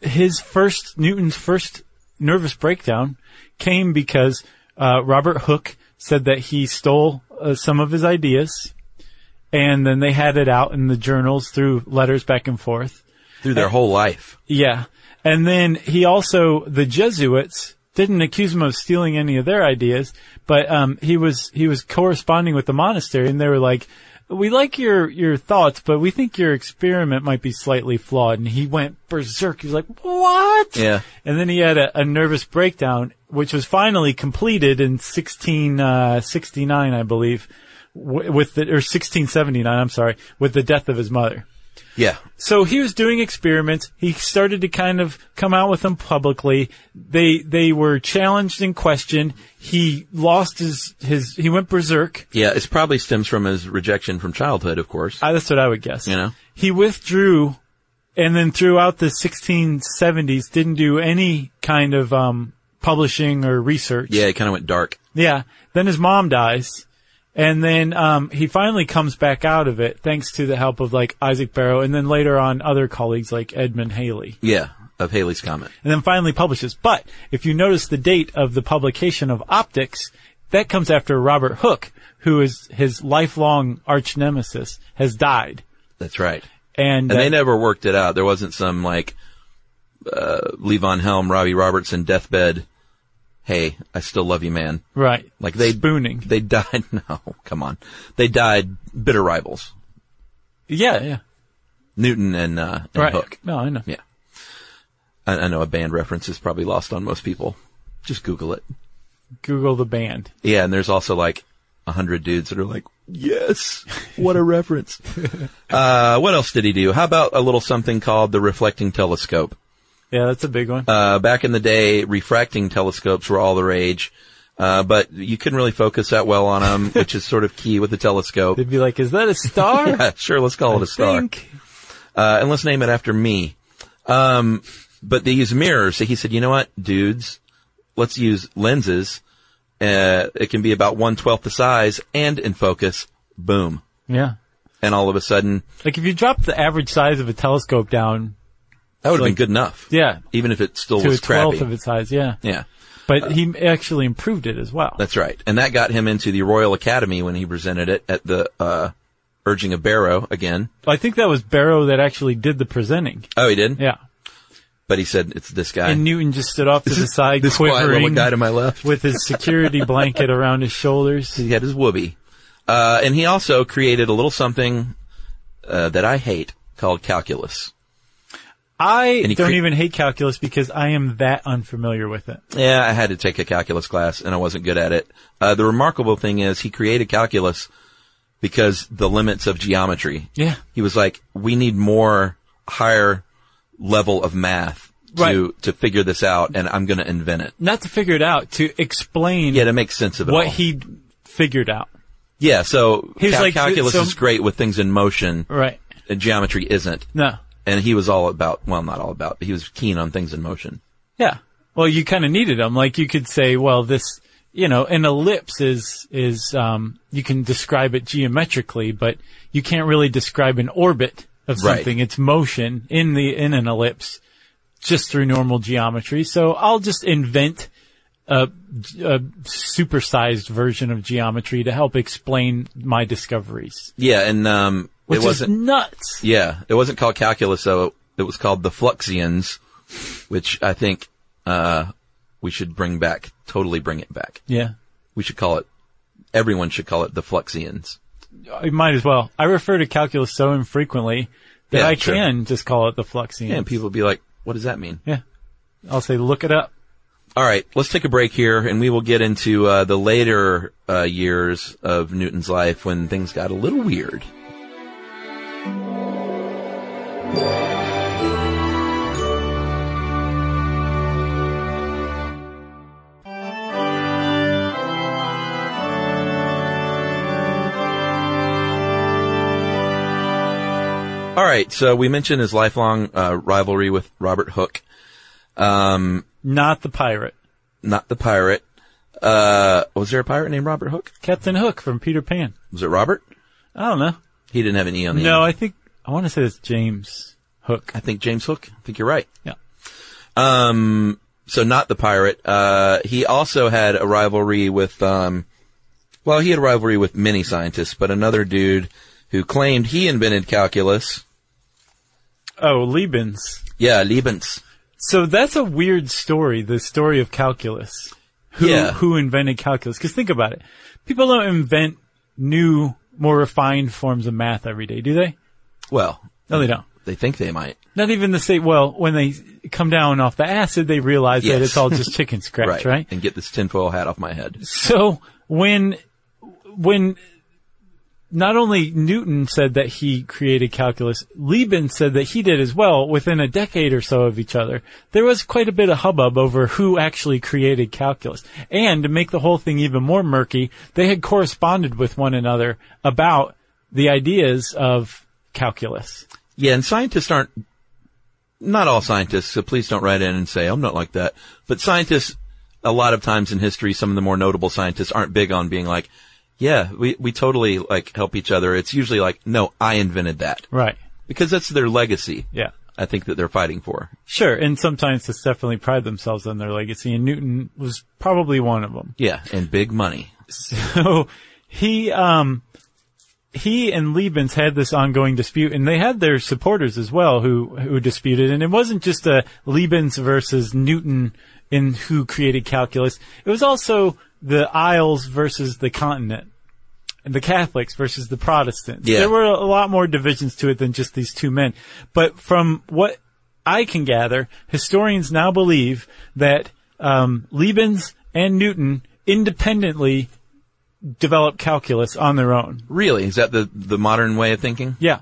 Speaker 2: his first Newton's first nervous breakdown came because uh, Robert Hooke said that he stole uh, some of his ideas, and then they had it out in the journals through letters back and forth.
Speaker 1: through their whole life.
Speaker 2: Yeah. And then he also, the Jesuits didn't accuse him of stealing any of their ideas, but, um, he was, he was corresponding with the monastery and they were like, we like your, your thoughts, but we think your experiment might be slightly flawed. And he went berserk. He was like, what?
Speaker 1: Yeah.
Speaker 2: And then he had a, a nervous breakdown, which was finally completed in 1669, I believe, w- with the, or 1679, I'm sorry, with the death of his mother.
Speaker 1: Yeah.
Speaker 2: So he was doing experiments. He started to kind of come out with them publicly. They they were challenged and questioned. He lost his his he went berserk.
Speaker 1: Yeah. It probably stems from his rejection from childhood, of course.
Speaker 2: I, that's what I would guess.
Speaker 1: You know?
Speaker 2: he withdrew, and then throughout the 1670s didn't do any kind of um, publishing or research.
Speaker 1: yeah. It kind of went dark.
Speaker 2: Yeah. Then his mom dies. And then um, he finally comes back out of it thanks to the help of like Isaac Barrow and then later on other colleagues like Edmund Haley.
Speaker 1: Yeah. Of Haley's comment.
Speaker 2: and then finally publishes. But if you notice the date of the publication of Optics, that comes after Robert Hooke, who is his lifelong arch nemesis, has died.
Speaker 1: That's right. And
Speaker 2: And, uh,
Speaker 1: they never worked it out. There wasn't some like, uh, Levon Helm, Robbie Robertson deathbed. Hey, I still love you, man.
Speaker 2: right,
Speaker 1: Like they
Speaker 2: spooning.
Speaker 1: They died. No, come on. They died bitter rivals.
Speaker 2: yeah, yeah,
Speaker 1: Newton and, uh, and
Speaker 2: right.
Speaker 1: Hook.
Speaker 2: No, I know.
Speaker 1: Yeah. I, I know a band reference is probably lost on most people. Just Google it.
Speaker 2: Google the band.
Speaker 1: Yeah, and there's also like a hundred dudes that are like, yes, what a reference. uh, what else did he do? How about a little something called the reflecting telescope?
Speaker 2: Yeah, that's a big one.
Speaker 1: Uh, back in the day, refracting telescopes were all the rage. Uh, but you couldn't really focus that well on them, which is sort of key with the telescope.
Speaker 2: They'd be like, "Is that a star?"
Speaker 1: Yeah, sure, let's call it a star.
Speaker 2: Think.
Speaker 1: uh, and let's name it after me. Um, but they use mirrors. So he said, you know what, dudes, let's use lenses. Uh, it can be about one twelfth the size and in focus. Boom.
Speaker 2: Yeah.
Speaker 1: And all of a sudden,
Speaker 2: Like if you drop the average size of a telescope down,
Speaker 1: that would have
Speaker 2: Like-
Speaker 1: been good enough.
Speaker 2: yeah,
Speaker 1: Even if it still
Speaker 2: to a
Speaker 1: was
Speaker 2: twelfth
Speaker 1: crappy.
Speaker 2: of its size, yeah.
Speaker 1: yeah.
Speaker 2: But he actually improved it as well.
Speaker 1: That's right. And that got him into the Royal Academy when he presented it at the, uh, urging of Barrow again.
Speaker 2: I think that was Barrow that actually did the presenting.
Speaker 1: Oh, he did?
Speaker 2: Yeah.
Speaker 1: But he said, it's this guy.
Speaker 2: And Newton just stood off to the side,
Speaker 1: this quiet little
Speaker 2: quivering
Speaker 1: guy to my left.
Speaker 2: with his security blanket around his shoulders.
Speaker 1: He had his whoopee. Uh, and he also created a little something, uh, that I hate called calculus.
Speaker 2: I
Speaker 1: he
Speaker 2: don't
Speaker 1: cre-
Speaker 2: even hate calculus because I am that unfamiliar with it.
Speaker 1: Yeah, I had to take a calculus class and I wasn't good at it. Uh, the remarkable thing is he created calculus because the limits of geometry.
Speaker 2: Yeah.
Speaker 1: He was like, we need more higher level of math to,
Speaker 2: Right.
Speaker 1: to figure this out and I'm going to invent it.
Speaker 2: Not to figure it out, to explain
Speaker 1: Yeah, to make sense of it.
Speaker 2: what
Speaker 1: all.
Speaker 2: he figured out.
Speaker 1: yeah, so
Speaker 2: He's
Speaker 1: ca-
Speaker 2: like,
Speaker 1: calculus
Speaker 2: so-
Speaker 1: is great with things in motion
Speaker 2: Right.
Speaker 1: and geometry isn't.
Speaker 2: No.
Speaker 1: And he was all about, well, not all about, but he was keen on things in motion.
Speaker 2: Yeah. Well, you kind of needed them. Like you could say, well, this, you know, an ellipse is, is, um, you can describe it geometrically, but you can't really describe an orbit of
Speaker 1: Right.
Speaker 2: something. It's motion in the, in an ellipse just through normal geometry. So I'll just invent a, a supersized version of geometry to help explain my discoveries.
Speaker 1: Yeah, and um,
Speaker 2: Which
Speaker 1: it wasn't.
Speaker 2: is nuts.
Speaker 1: yeah, it wasn't called calculus though. It was called the Fluxions, which I think uh, we should bring back. Totally bring it back.
Speaker 2: Yeah.
Speaker 1: We should call it. Everyone should call it the Fluxions.
Speaker 2: I might as well. I refer to calculus so infrequently that
Speaker 1: Yeah,
Speaker 2: I
Speaker 1: sure.
Speaker 2: can just call it the fluxion.
Speaker 1: Yeah, and people be like, "What does that mean?"
Speaker 2: Yeah. I'll say look it up.
Speaker 1: All right, let's take a break here, and we will get into uh, the later uh, years of Newton's life when things got a little weird. All right, so we mentioned his lifelong uh, rivalry with Robert Hooke. Um,
Speaker 2: Not the pirate.
Speaker 1: not the pirate. Uh, was there a pirate named Robert Hook?
Speaker 2: Captain Hook from Peter Pan.
Speaker 1: Was it Robert?
Speaker 2: I don't know.
Speaker 1: He didn't have an E on the
Speaker 2: No,
Speaker 1: end.
Speaker 2: I think I want to say it's James Hook.
Speaker 1: I think James Hook. I think you're right.
Speaker 2: Yeah.
Speaker 1: Um, so not the pirate. Uh, he also had a rivalry with, um, well, he had a rivalry with many scientists, but another dude who claimed he invented calculus.
Speaker 2: Oh, Liebens.
Speaker 1: Yeah, Liebens.
Speaker 2: So that's a weird story, the story of calculus. Who,
Speaker 1: Yeah.
Speaker 2: who invented calculus? Because think about it. People don't invent new, more refined forms of math every day, do they?
Speaker 1: Well,
Speaker 2: No, they don't.
Speaker 1: they think they might.
Speaker 2: Not even the state. Well, when they come down off the acid, they realize that
Speaker 1: Yes.
Speaker 2: it's all just chicken scratch,
Speaker 1: Right.
Speaker 2: right?
Speaker 1: And get this tinfoil hat off my head.
Speaker 2: So when when not only Newton said that he created calculus, Liebman said that he did as well within a decade or so of each other. There was quite a bit of hubbub over who actually created calculus. And to make the whole thing even more murky, they had corresponded with one another about the ideas of calculus.
Speaker 1: Yeah, and scientists aren't, not all scientists, so please don't write in and say, I'm not like that. But scientists, a lot of times in history, some of the more notable scientists aren't big on being like, yeah, we, we totally like help each other. It's usually like, no, I invented that.
Speaker 2: Right.
Speaker 1: Because that's their legacy.
Speaker 2: Yeah.
Speaker 1: I think that they're fighting for.
Speaker 2: Sure, and some scientists definitely pride themselves on their legacy, and Newton was probably one of them.
Speaker 1: Yeah, and big money.
Speaker 2: So he, um, he and Liebens had this ongoing dispute, and they had their supporters as well who who disputed, and it wasn't just a Liebens versus Newton in who created calculus. It was also the Isles versus the continent, and the Catholics versus the Protestants.
Speaker 1: Yeah.
Speaker 2: There were a lot more divisions to it than just these two men. But from what I can gather, historians now believe that um, Liebens and Newton independently developed calculus on their own.
Speaker 1: Really? Is that the, the modern way of thinking?
Speaker 2: Yeah.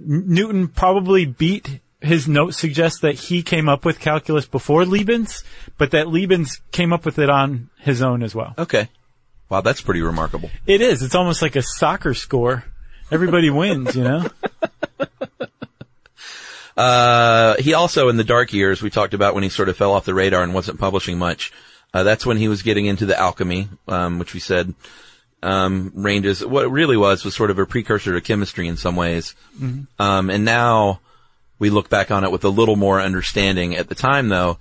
Speaker 2: N- Newton probably beat his note suggests that he came up with calculus before Liebens, but that Liebens came up with it on his own as well.
Speaker 1: Okay. Wow, that's pretty remarkable.
Speaker 2: It is. It's almost like a soccer score. Everybody wins, you know?
Speaker 1: Uh, he also, in the dark years, we talked about when he sort of fell off the radar and wasn't publishing much. Uh, that's when he was getting into the alchemy, um, which we said um, ranges. What it really was was sort of a precursor to chemistry in some ways. Um, and now we look back on it with a little more understanding. At the time, though,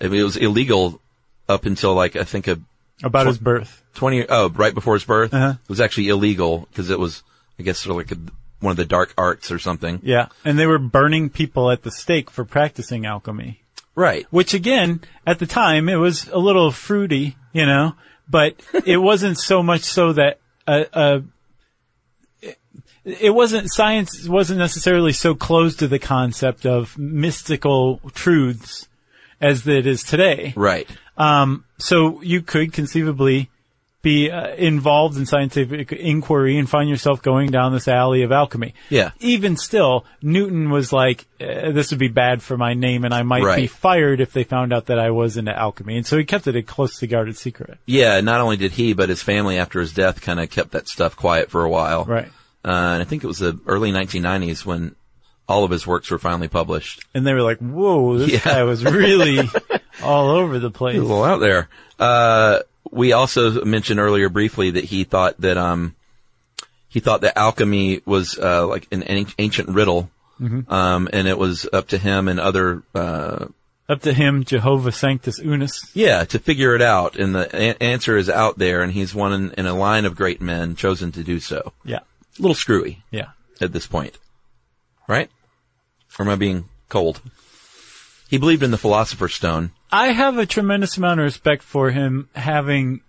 Speaker 1: I mean, it was illegal up until like I think a
Speaker 2: About his birth.
Speaker 1: 20, oh, right before his birth.
Speaker 2: Uh-huh.
Speaker 1: It was actually illegal because it was, I guess, sort of like a, one of the dark arts or something.
Speaker 2: Yeah. And they were burning people at the stake for practicing alchemy.
Speaker 1: Right.
Speaker 2: Which again, at the time, it was a little fruity, you know, but it wasn't so much so that uh, uh, it, it wasn't science wasn't necessarily so close to the concept of mystical truths as it is today.
Speaker 1: Right.
Speaker 2: So you could conceivably be uh, involved in scientific inquiry and find yourself going down this alley of alchemy.
Speaker 1: Yeah.
Speaker 2: Even still, Newton was like, eh, this would be bad for my name and I might be
Speaker 1: Right.
Speaker 2: fired if they found out that I was into alchemy. And so he kept it a closely guarded secret.
Speaker 1: Yeah, not only did he, but his family after his death kind of kept that stuff quiet for a while.
Speaker 2: Right.
Speaker 1: Uh, and I think it was the early 1990s when all of his works were finally published.
Speaker 2: And they were like, whoa, this
Speaker 1: Yeah.
Speaker 2: guy was really all over the place.
Speaker 1: There's a lot out there. Uh, we also mentioned earlier briefly that he thought that, um, he thought that alchemy was, uh, like an an- ancient riddle. Um, and it was up to him and other, uh,
Speaker 2: Up to him, Jehovah Sanctus Unus.
Speaker 1: yeah, to figure it out. And the a- answer is out there. And he's one in, in a line of great men chosen to do so.
Speaker 2: Yeah.
Speaker 1: A little screwy.
Speaker 2: Yeah.
Speaker 1: at this point. Right? Or am I being cold? He believed in the philosopher's stone.
Speaker 2: I have a tremendous amount of respect for him having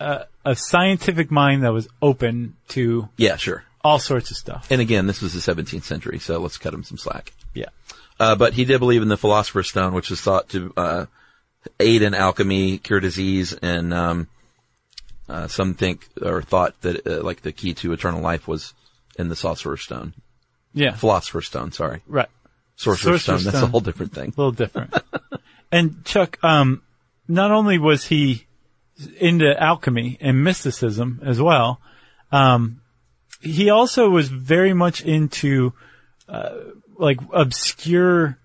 Speaker 2: a, a scientific mind that was open to
Speaker 1: Yeah, sure.
Speaker 2: all sorts of stuff.
Speaker 1: And again, this was the 17th century, so let's cut him some slack.
Speaker 2: Yeah.
Speaker 1: Uh, but he did believe in the philosopher's stone, which is thought to, uh, aid in alchemy, cure disease, and, um, uh, some think or thought that, uh, like the key to eternal life was in the sorcerer's stone.
Speaker 2: Yeah.
Speaker 1: Philosopher's stone, sorry.
Speaker 2: Right.
Speaker 1: Sorcerer's,
Speaker 2: Sorcerer's
Speaker 1: stone, that's a
Speaker 2: stone.
Speaker 1: whole different thing.
Speaker 2: A little different. and Chuck, um, not only was he into alchemy and mysticism as well, um, he also was very much into, uh, like obscure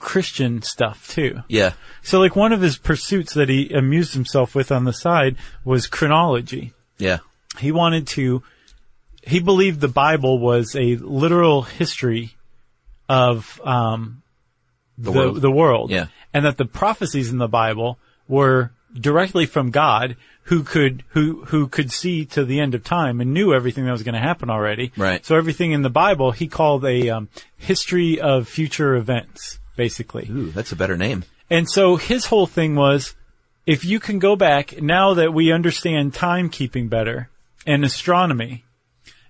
Speaker 2: Christian stuff too.
Speaker 1: Yeah.
Speaker 2: So like one of his pursuits that he amused himself with on the side was chronology.
Speaker 1: Yeah.
Speaker 2: He wanted to, he believed the Bible was a literal history of, um, the, the
Speaker 1: world.
Speaker 2: world.
Speaker 1: Yeah.
Speaker 2: And that the prophecies in the Bible were directly from God who could, who, who could see to the end of time and knew everything that was going to happen already.
Speaker 1: Right.
Speaker 2: So everything in the Bible he called a, um, history of future events, basically.
Speaker 1: Ooh, that's a better name.
Speaker 2: And so his whole thing was, if you can go back now that we understand timekeeping better and astronomy,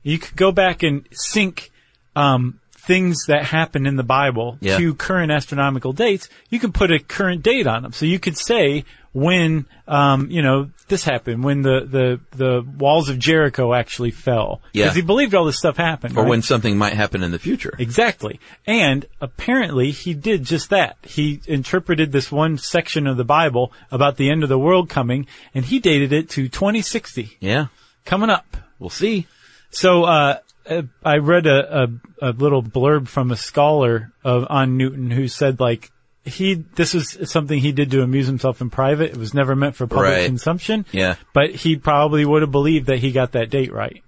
Speaker 2: you could go back and sync um, things that happen in the Bible
Speaker 1: Yeah.
Speaker 2: to current astronomical dates. You can put a current date on them, so you could say when um, you know this happened, when the the the walls of Jericho actually fell,
Speaker 1: Yeah.
Speaker 2: he believed all this stuff happened,
Speaker 1: Or
Speaker 2: right?
Speaker 1: when something might happen in the future.
Speaker 2: Exactly. And apparently he did just that. He interpreted this one section of the Bible about the end of the world coming and he dated it to 2060
Speaker 1: Yeah.
Speaker 2: coming up.
Speaker 1: We'll see.
Speaker 2: So, uh, uh, I read a, a, a little blurb from a scholar of, on Newton who said like, he, this was something he did to amuse himself in private. It was never meant for public
Speaker 1: Right.
Speaker 2: consumption.
Speaker 1: Yeah.
Speaker 2: But he probably would have believed that he got that date right.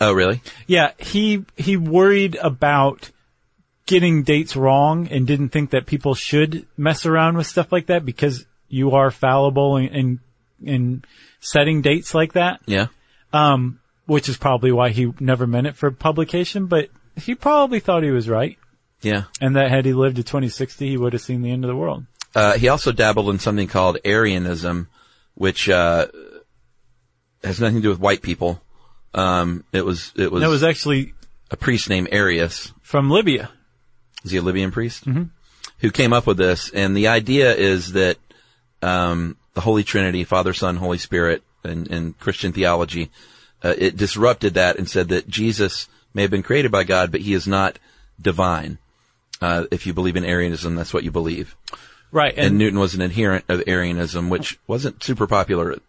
Speaker 1: Oh, really?
Speaker 2: Yeah, he he worried about getting dates wrong and didn't think that people should mess around with stuff like that because you are fallible in in, in setting dates like that,
Speaker 1: Yeah.
Speaker 2: which is probably why he never meant it for publication, but he probably thought he was right.
Speaker 1: Yeah.
Speaker 2: And that had he lived to 2060, he would have seen the end of the world.
Speaker 1: Uh, he also dabbled in something called Arianism, which, uh, has nothing to do with white people. Um, it was, it was,
Speaker 2: That was actually
Speaker 1: a priest named Arius.
Speaker 2: from Libya.
Speaker 1: Is he a Libyan priest? Who came up with this. And the idea is that, um, the Holy Trinity, Father, Son, Holy Spirit, and, and Christian theology, uh, it disrupted that and said that Jesus may have been created by God, but he is not divine. Uh, if you believe in Arianism, that's what you believe.
Speaker 2: Right.
Speaker 1: And Newton was an adherent of Arianism, which wasn't super popular at-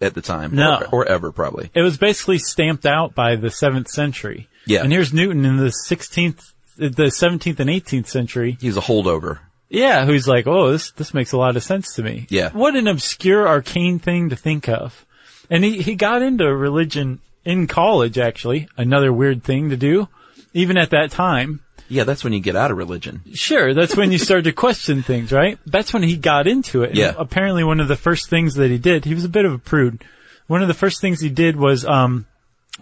Speaker 1: at the time.
Speaker 2: No.
Speaker 1: Or, or ever, probably.
Speaker 2: It was basically stamped out by the seventh century.
Speaker 1: Yeah.
Speaker 2: And here's Newton in the 16th, the 17th and 18th century.
Speaker 1: He was a holdover.
Speaker 2: Yeah. Who's like, oh, this, this makes a lot of sense to me.
Speaker 1: Yeah.
Speaker 2: What an obscure, arcane thing to think of. And he, he got into religion in college, actually. Another weird thing to do. Even at that time.
Speaker 1: Yeah, that's when you get out of religion.
Speaker 2: Sure. That's when you start to question things, right? That's when he got into it. And
Speaker 1: Yeah.
Speaker 2: apparently one of the first things that he did, he was a bit of a prude. One of the first things he did was, um,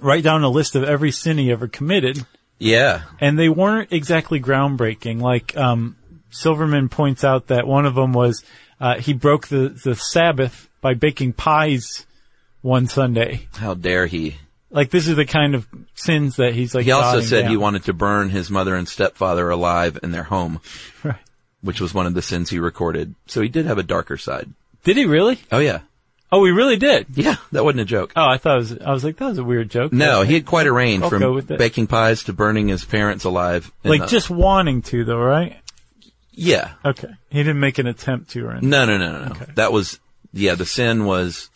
Speaker 2: write down a list of every sin he ever committed.
Speaker 1: Yeah.
Speaker 2: And they weren't exactly groundbreaking. Like, um, Silverman points out that one of them was, uh, he broke the, the Sabbath by baking pies one Sunday.
Speaker 1: How dare he?
Speaker 2: Like, this is the kind of sins that he's like,
Speaker 1: He also
Speaker 2: jotting
Speaker 1: said he
Speaker 2: down.
Speaker 1: wanted to burn his mother and stepfather alive in their home,
Speaker 2: Right.
Speaker 1: which was one of the sins he recorded. So he did have a darker side.
Speaker 2: Did he really?
Speaker 1: Oh yeah.
Speaker 2: Oh, he really did.
Speaker 1: Yeah, that wasn't a joke.
Speaker 2: Oh, I thought it was, I was like, that was a weird joke.
Speaker 1: No, he had quite a range
Speaker 2: I'll go
Speaker 1: from
Speaker 2: with it.
Speaker 1: baking pies to burning his parents alive. in
Speaker 2: Like,
Speaker 1: the-
Speaker 2: just wanting to though, right?
Speaker 1: yeah.
Speaker 2: Okay. He didn't make an attempt to or anything.
Speaker 1: No, no, no, no, no. That was, yeah, the sin was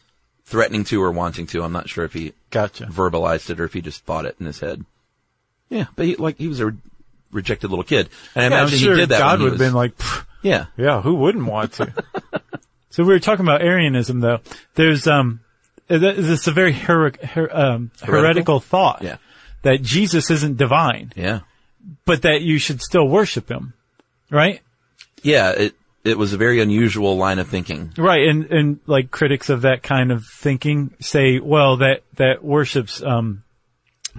Speaker 1: threatening to or wanting to. I'm not sure if he
Speaker 2: Gotcha.
Speaker 1: verbalized it or if he just thought it in his head. Yeah, but he, like, he was a re- rejected little kid. And I
Speaker 2: Yeah, I'm
Speaker 1: imagine
Speaker 2: sure
Speaker 1: he did that
Speaker 2: God
Speaker 1: when he
Speaker 2: would have
Speaker 1: was-
Speaker 2: been like, "Pfft,
Speaker 1: yeah.
Speaker 2: Yeah, who wouldn't want to? so we were talking about Arianism, though. There's um, th- it's a very her- her- um, heretical?
Speaker 1: Heretical?
Speaker 2: thought
Speaker 1: Yeah.
Speaker 2: that Jesus isn't divine,
Speaker 1: Yeah.
Speaker 2: but that you should still worship him, right?
Speaker 1: Yeah, it, it was a very unusual line of thinking.
Speaker 2: Right, and and like critics of that kind of thinking say, well, that that worships um,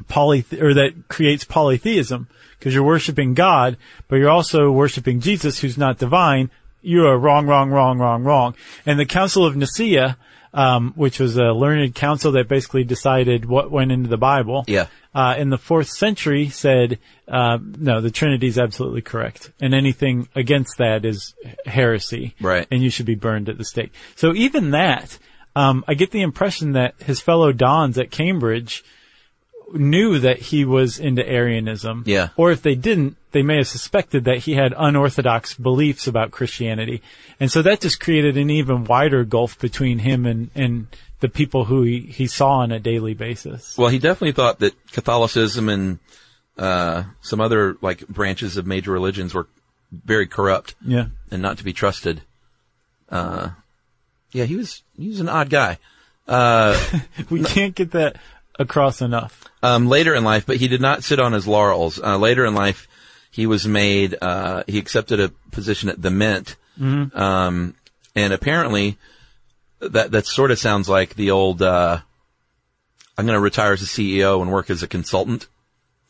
Speaker 2: polyth or that creates polytheism because you're worshiping God, but you're also worshiping Jesus, who's not divine. You are wrong, wrong, wrong, wrong, wrong. And the Council of Nicaea, um, which was a learned council that basically decided what went into the Bible,
Speaker 1: Yeah.
Speaker 2: uh, in the fourth century, said, uh, no, the Trinity is absolutely correct, and anything against that is heresy
Speaker 1: Right.
Speaker 2: and you should be burned at the stake. So even that, um, I get the impression that his fellow dons at Cambridge knew that he was into Arianism.
Speaker 1: Yeah.
Speaker 2: Or if they didn't, they may have suspected that he had unorthodox beliefs about Christianity. And so that just created an even wider gulf between him and, and the people who he, he saw on a daily basis.
Speaker 1: Well, he definitely thought that Catholicism and, uh, some other, like, branches of major religions were very corrupt
Speaker 2: Yeah.
Speaker 1: and not to be trusted. Uh, yeah, he was he was an odd guy. Uh,
Speaker 2: We can't get that across enough.
Speaker 1: um, later in life, but he did not sit on his laurels. Uh, later in life, he was made, uh, he accepted a position at the Mint. Um, and apparently that, that sort of sounds like the old, uh, I'm going to retire as a CEO and work as a consultant.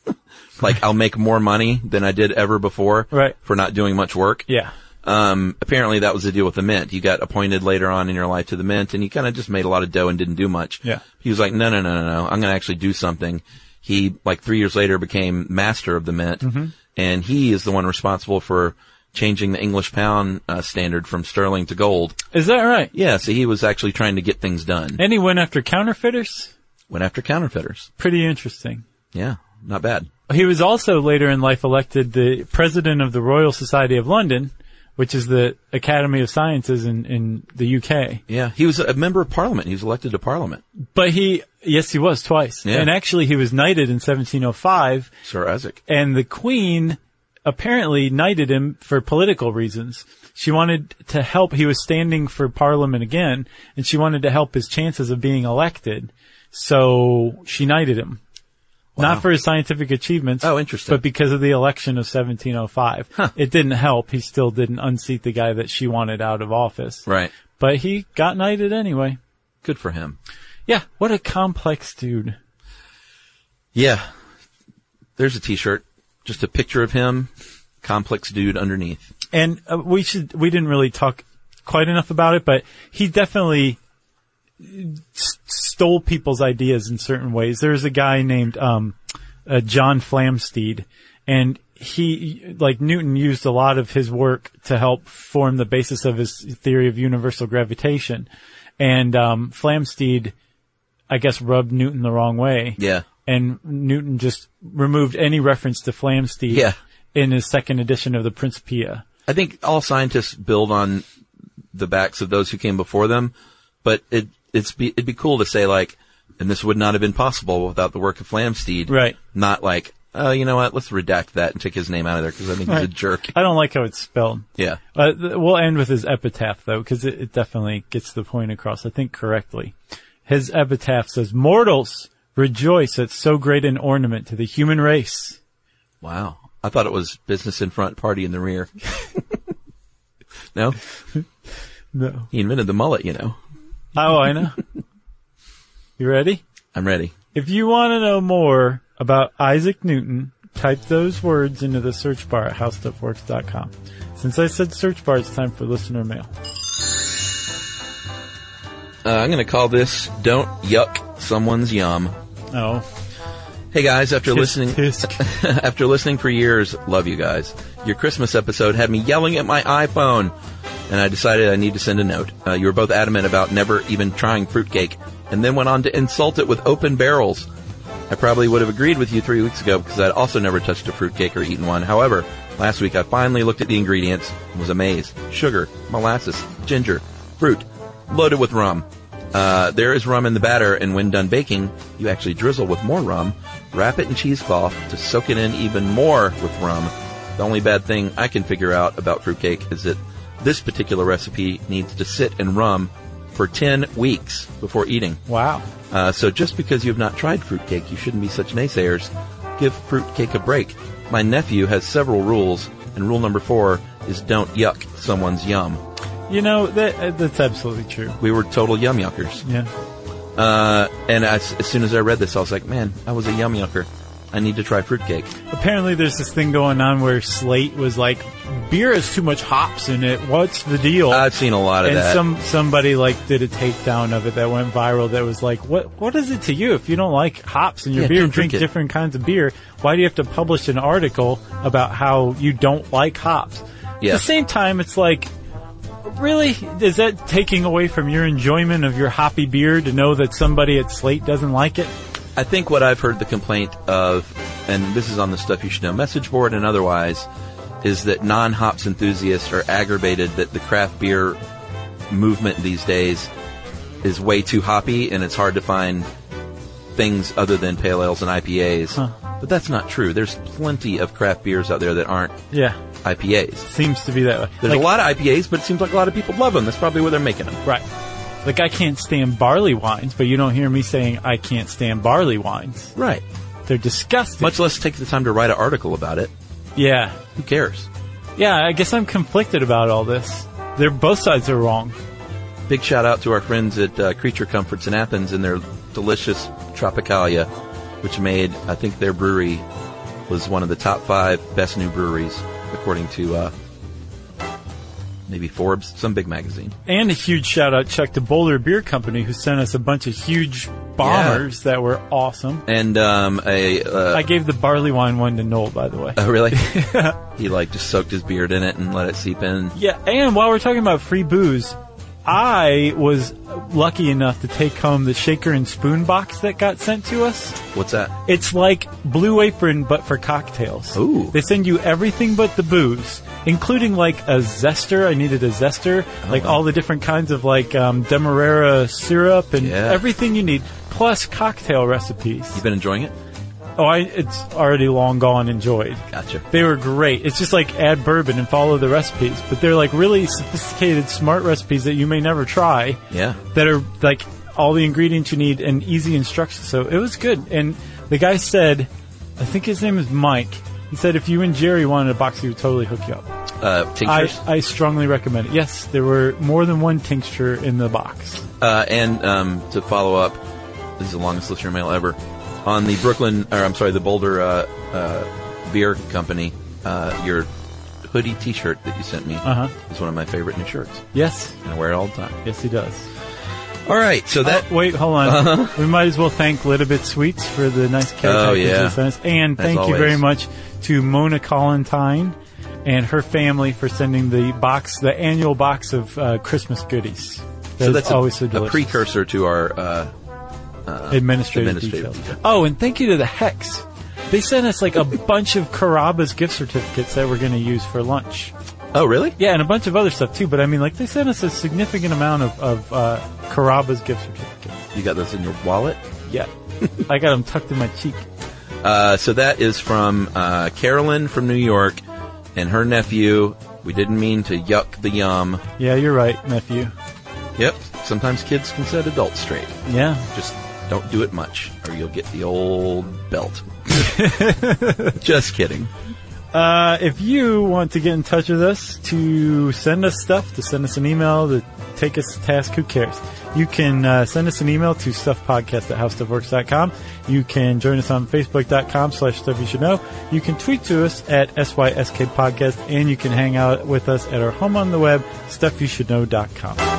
Speaker 1: like I'll make more money than I did ever before
Speaker 2: Right.
Speaker 1: for not doing much work.
Speaker 2: Yeah.
Speaker 1: Um, apparently that was the deal with the mint. You got appointed later on in your life to the mint and you kind of just made a lot of dough and didn't do much.
Speaker 2: Yeah.
Speaker 1: He was like, no, no, no, no, no. I'm going to actually do something. He, like three years later became master of the mint and he is the one responsible for changing the English pound uh, standard from sterling to gold.
Speaker 2: Is that right?
Speaker 1: Yeah. So he was actually trying to get things done.
Speaker 2: And he went after counterfeiters?
Speaker 1: Went after counterfeiters.
Speaker 2: Pretty interesting.
Speaker 1: Yeah. Not bad.
Speaker 2: He was also later in life elected the president of the Royal Society of London, which is the Academy of Sciences in, in the UK.
Speaker 1: Yeah. He was a member of parliament. He was elected to parliament.
Speaker 2: But he, yes, he was twice.
Speaker 1: Yeah.
Speaker 2: And actually he was knighted in 1705
Speaker 1: Sir Isaac.
Speaker 2: and the queen apparently knighted him for political reasons. She wanted to help, he was standing for parliament again, and she wanted to help his chances of being elected. So she knighted him. Not for his scientific achievements.
Speaker 1: Oh, interesting.
Speaker 2: But because of the election of 1705. It didn't help. He still didn't unseat the guy that she wanted out of office.
Speaker 1: Right.
Speaker 2: But he got knighted anyway.
Speaker 1: Good for him.
Speaker 2: Yeah. What a complex dude.
Speaker 1: Yeah. There's a t-shirt. Just a picture of him. Complex dude underneath.
Speaker 2: and uh, we should we didn't really talk quite enough about it, but he definitely s- stole people's ideas in certain ways. There's a guy named um, uh, John Flamsteed, and he like Newton used a lot of his work to help form the basis of his theory of universal gravitation, and um, Flamsteed, I guess, rubbed Newton the wrong way
Speaker 1: Yeah.
Speaker 2: and Newton just removed any reference to Flamsteed
Speaker 1: Yeah.
Speaker 2: in his second edition of the Principia.
Speaker 1: I think all scientists build on the backs of those who came before them, but it, it's be, it'd be cool to say like, and this would not have been possible without the work of Flamsteed.
Speaker 2: Right.
Speaker 1: Not like, oh, you know what? Let's redact that and take his name out of there because I think he's a
Speaker 2: Right.
Speaker 1: jerk.
Speaker 2: I don't like how it's spelled.
Speaker 1: Yeah.
Speaker 2: Uh, th- we'll end with his epitaph though, because it, it definitely gets the point across, I think correctly. His epitaph says, Mortals, rejoice at so great an ornament to the human race.
Speaker 1: Wow. I thought it was business in front, party in the rear. no,
Speaker 2: No.
Speaker 1: he invented the mullet, you know.
Speaker 2: Oh, I know. you ready?
Speaker 1: I'm ready.
Speaker 2: If you want to know more about Isaac Newton, type those words into the search bar at howstuffworks.com. Since I said search bar, it's time for listener mail.
Speaker 1: Uh, I'm going to call this "Don't Yuck Someone's Yum."
Speaker 2: Oh,
Speaker 1: Hey guys, after listening,
Speaker 2: tisk.
Speaker 1: After listening for years, love you guys. Your Christmas episode had me yelling at my iPhone, and I decided I need to send a note. Uh, you were both adamant about never even trying fruitcake, and then went on to insult it with open barrels. I probably would have agreed with you three weeks ago because I'd also never touched a fruitcake or eaten one. However, last week I finally looked at the ingredients and was amazed. Sugar, molasses, ginger, fruit, loaded with rum. Uh, there is rum in the batter, and when done baking, you actually drizzle with more rum, wrap it in cheesecloth to soak it in even more with rum. The only bad thing I can figure out about fruitcake is that this particular recipe needs to sit in rum for 10 weeks before eating.
Speaker 2: Wow.
Speaker 1: Uh, so just because you've not tried fruitcake, you shouldn't be such naysayers. Give fruitcake a break. My nephew has several rules, and rule number four is don't yuck someone's yum.
Speaker 2: You know, that, uh, that's absolutely true.
Speaker 1: We were total yum yuckers.
Speaker 2: Yeah.
Speaker 1: Uh, and as, as soon as I read this, I was like, man, I was a yum yucker. I need to try fruitcake.
Speaker 2: Apparently there's this thing going on where Slate was like, beer has too much hops in it. What's the deal?
Speaker 1: I've seen a lot of
Speaker 2: and
Speaker 1: that.
Speaker 2: some somebody like did a takedown of it that went viral that was like what what is it to you if you don't like hops in your
Speaker 1: Yeah,
Speaker 2: beer
Speaker 1: don't
Speaker 2: drink
Speaker 1: drink it.
Speaker 2: different kinds of beer why do you have to publish an article about how you don't like hops
Speaker 1: Yeah.
Speaker 2: at the same time it's like really is that taking away from your enjoyment of your hoppy beer to know that somebody at slate doesn't like it
Speaker 1: I think what I've heard the complaint of, and this is on the Stuff You Should Know message board and otherwise, is that non-hops enthusiasts are aggravated that the craft beer movement these days is way too hoppy and it's hard to find things other than pale ales and IPAs. But that's not true. There's plenty of craft beers out there that aren't
Speaker 2: yeah
Speaker 1: IPAs.
Speaker 2: Seems to be that way.
Speaker 1: There's
Speaker 2: Like-
Speaker 1: a lot of IPAs, but it seems like a lot of people love them. That's probably where they're making them.
Speaker 2: Right. Like I can't stand barley wines, but you don't hear me saying I can't stand barley wines.
Speaker 1: Right.
Speaker 2: They're disgusting.
Speaker 1: Much less take the time to write an article about it.
Speaker 2: yeah.
Speaker 1: Who cares?
Speaker 2: Yeah, I guess I'm conflicted about all this. They're both sides are wrong.
Speaker 1: Big shout out to our friends at uh, Creature Comforts in Athens and their delicious Tropicalia, which made, I think their brewery was one of the top five best new breweries, according to uh, maybe Forbes, some big magazine.
Speaker 2: And a huge shout out, Chuck, to Boulder Beer Company who sent us a bunch of huge bombers that were awesome.
Speaker 1: And um, a. Uh,
Speaker 2: I gave the barley wine one to Noel, by the way.
Speaker 1: Oh, really? he like just soaked his beard in it and let it seep in.
Speaker 2: Yeah, and while we're talking about free booze, I was lucky enough to take home the shaker and spoon box that got sent to us.
Speaker 1: What's that?
Speaker 2: It's like Blue Apron, but for cocktails.
Speaker 1: Ooh.
Speaker 2: They send you everything but the booze, including like a zester. I needed a zester,
Speaker 1: Oh.
Speaker 2: like all the different kinds of like um, demerara syrup and
Speaker 1: Yeah.
Speaker 2: everything you need, plus cocktail recipes.
Speaker 1: You've been enjoying it?
Speaker 2: Oh, I, it's already long gone enjoyed.
Speaker 1: Gotcha.
Speaker 2: They were great. It's just like add bourbon and follow the recipes, but they're like really sophisticated, smart recipes that you may never try
Speaker 1: Yeah.
Speaker 2: that are like all the ingredients you need and easy instructions. So it was good. And the guy said, I think his name is Mike. He said if you and Jerry wanted a box, he would totally hook you up.
Speaker 1: Uh,
Speaker 2: I,
Speaker 1: tinctures
Speaker 2: I strongly recommend it. Yes, there were more than one tincture in the box.
Speaker 1: uh, and um, to follow up, this is the longest listener mail ever on the Brooklyn, or I'm sorry, the Boulder uh, uh, Beer Company. Uh, your hoodie T-shirt that you sent me
Speaker 2: Uh-huh.
Speaker 1: is one of my favorite new shirts,
Speaker 2: Yes,
Speaker 1: and I wear it all the time.
Speaker 2: yes, he does.
Speaker 1: All right, so that
Speaker 2: Oh, wait, hold on. We might as well thank Little Bit Sweets for the nice care
Speaker 1: Uh-huh. Oh,
Speaker 2: package
Speaker 1: yeah.
Speaker 2: they sent us. And
Speaker 1: As
Speaker 2: thank you
Speaker 1: always.
Speaker 2: very much to Mona Collentine and her family for sending the box, the annual box of uh, Christmas goodies.
Speaker 1: so
Speaker 2: That is
Speaker 1: that's a,
Speaker 2: always so
Speaker 1: a
Speaker 2: delicious.
Speaker 1: precursor to our uh,
Speaker 2: administrative,
Speaker 1: Administrative
Speaker 2: details.
Speaker 1: detail.
Speaker 2: Oh, and thank you to the Hex. They sent us like a bunch of Carrabba's gift certificates that we're going to use for lunch.
Speaker 1: oh really?
Speaker 2: Yeah, and a bunch of other stuff too. But I mean, like they sent us a significant amount of of uh, Carrabba's gift certificates.
Speaker 1: You got those in your wallet?
Speaker 2: Yeah, I got them tucked in my cheek.
Speaker 1: Uh, so that is from uh, Carolyn from New York and her nephew. We didn't mean to yuck the yum.
Speaker 2: Yeah, you're right, nephew.
Speaker 1: Yep, sometimes kids can set adults straight.
Speaker 2: Yeah,
Speaker 1: Just don't do it much, or you'll get the old belt. Just kidding.
Speaker 2: Uh, if you want to get in touch with us to send us stuff, to send us an email, to take us to task, who cares? You can uh, send us an email to stuffpodcast at howstuffworks.com. You can join us on facebook.com slash stuff you should know. You can tweet to us at SYSK podcast and you can hang out with us at our home on the web, stuffyoushouldknow.com.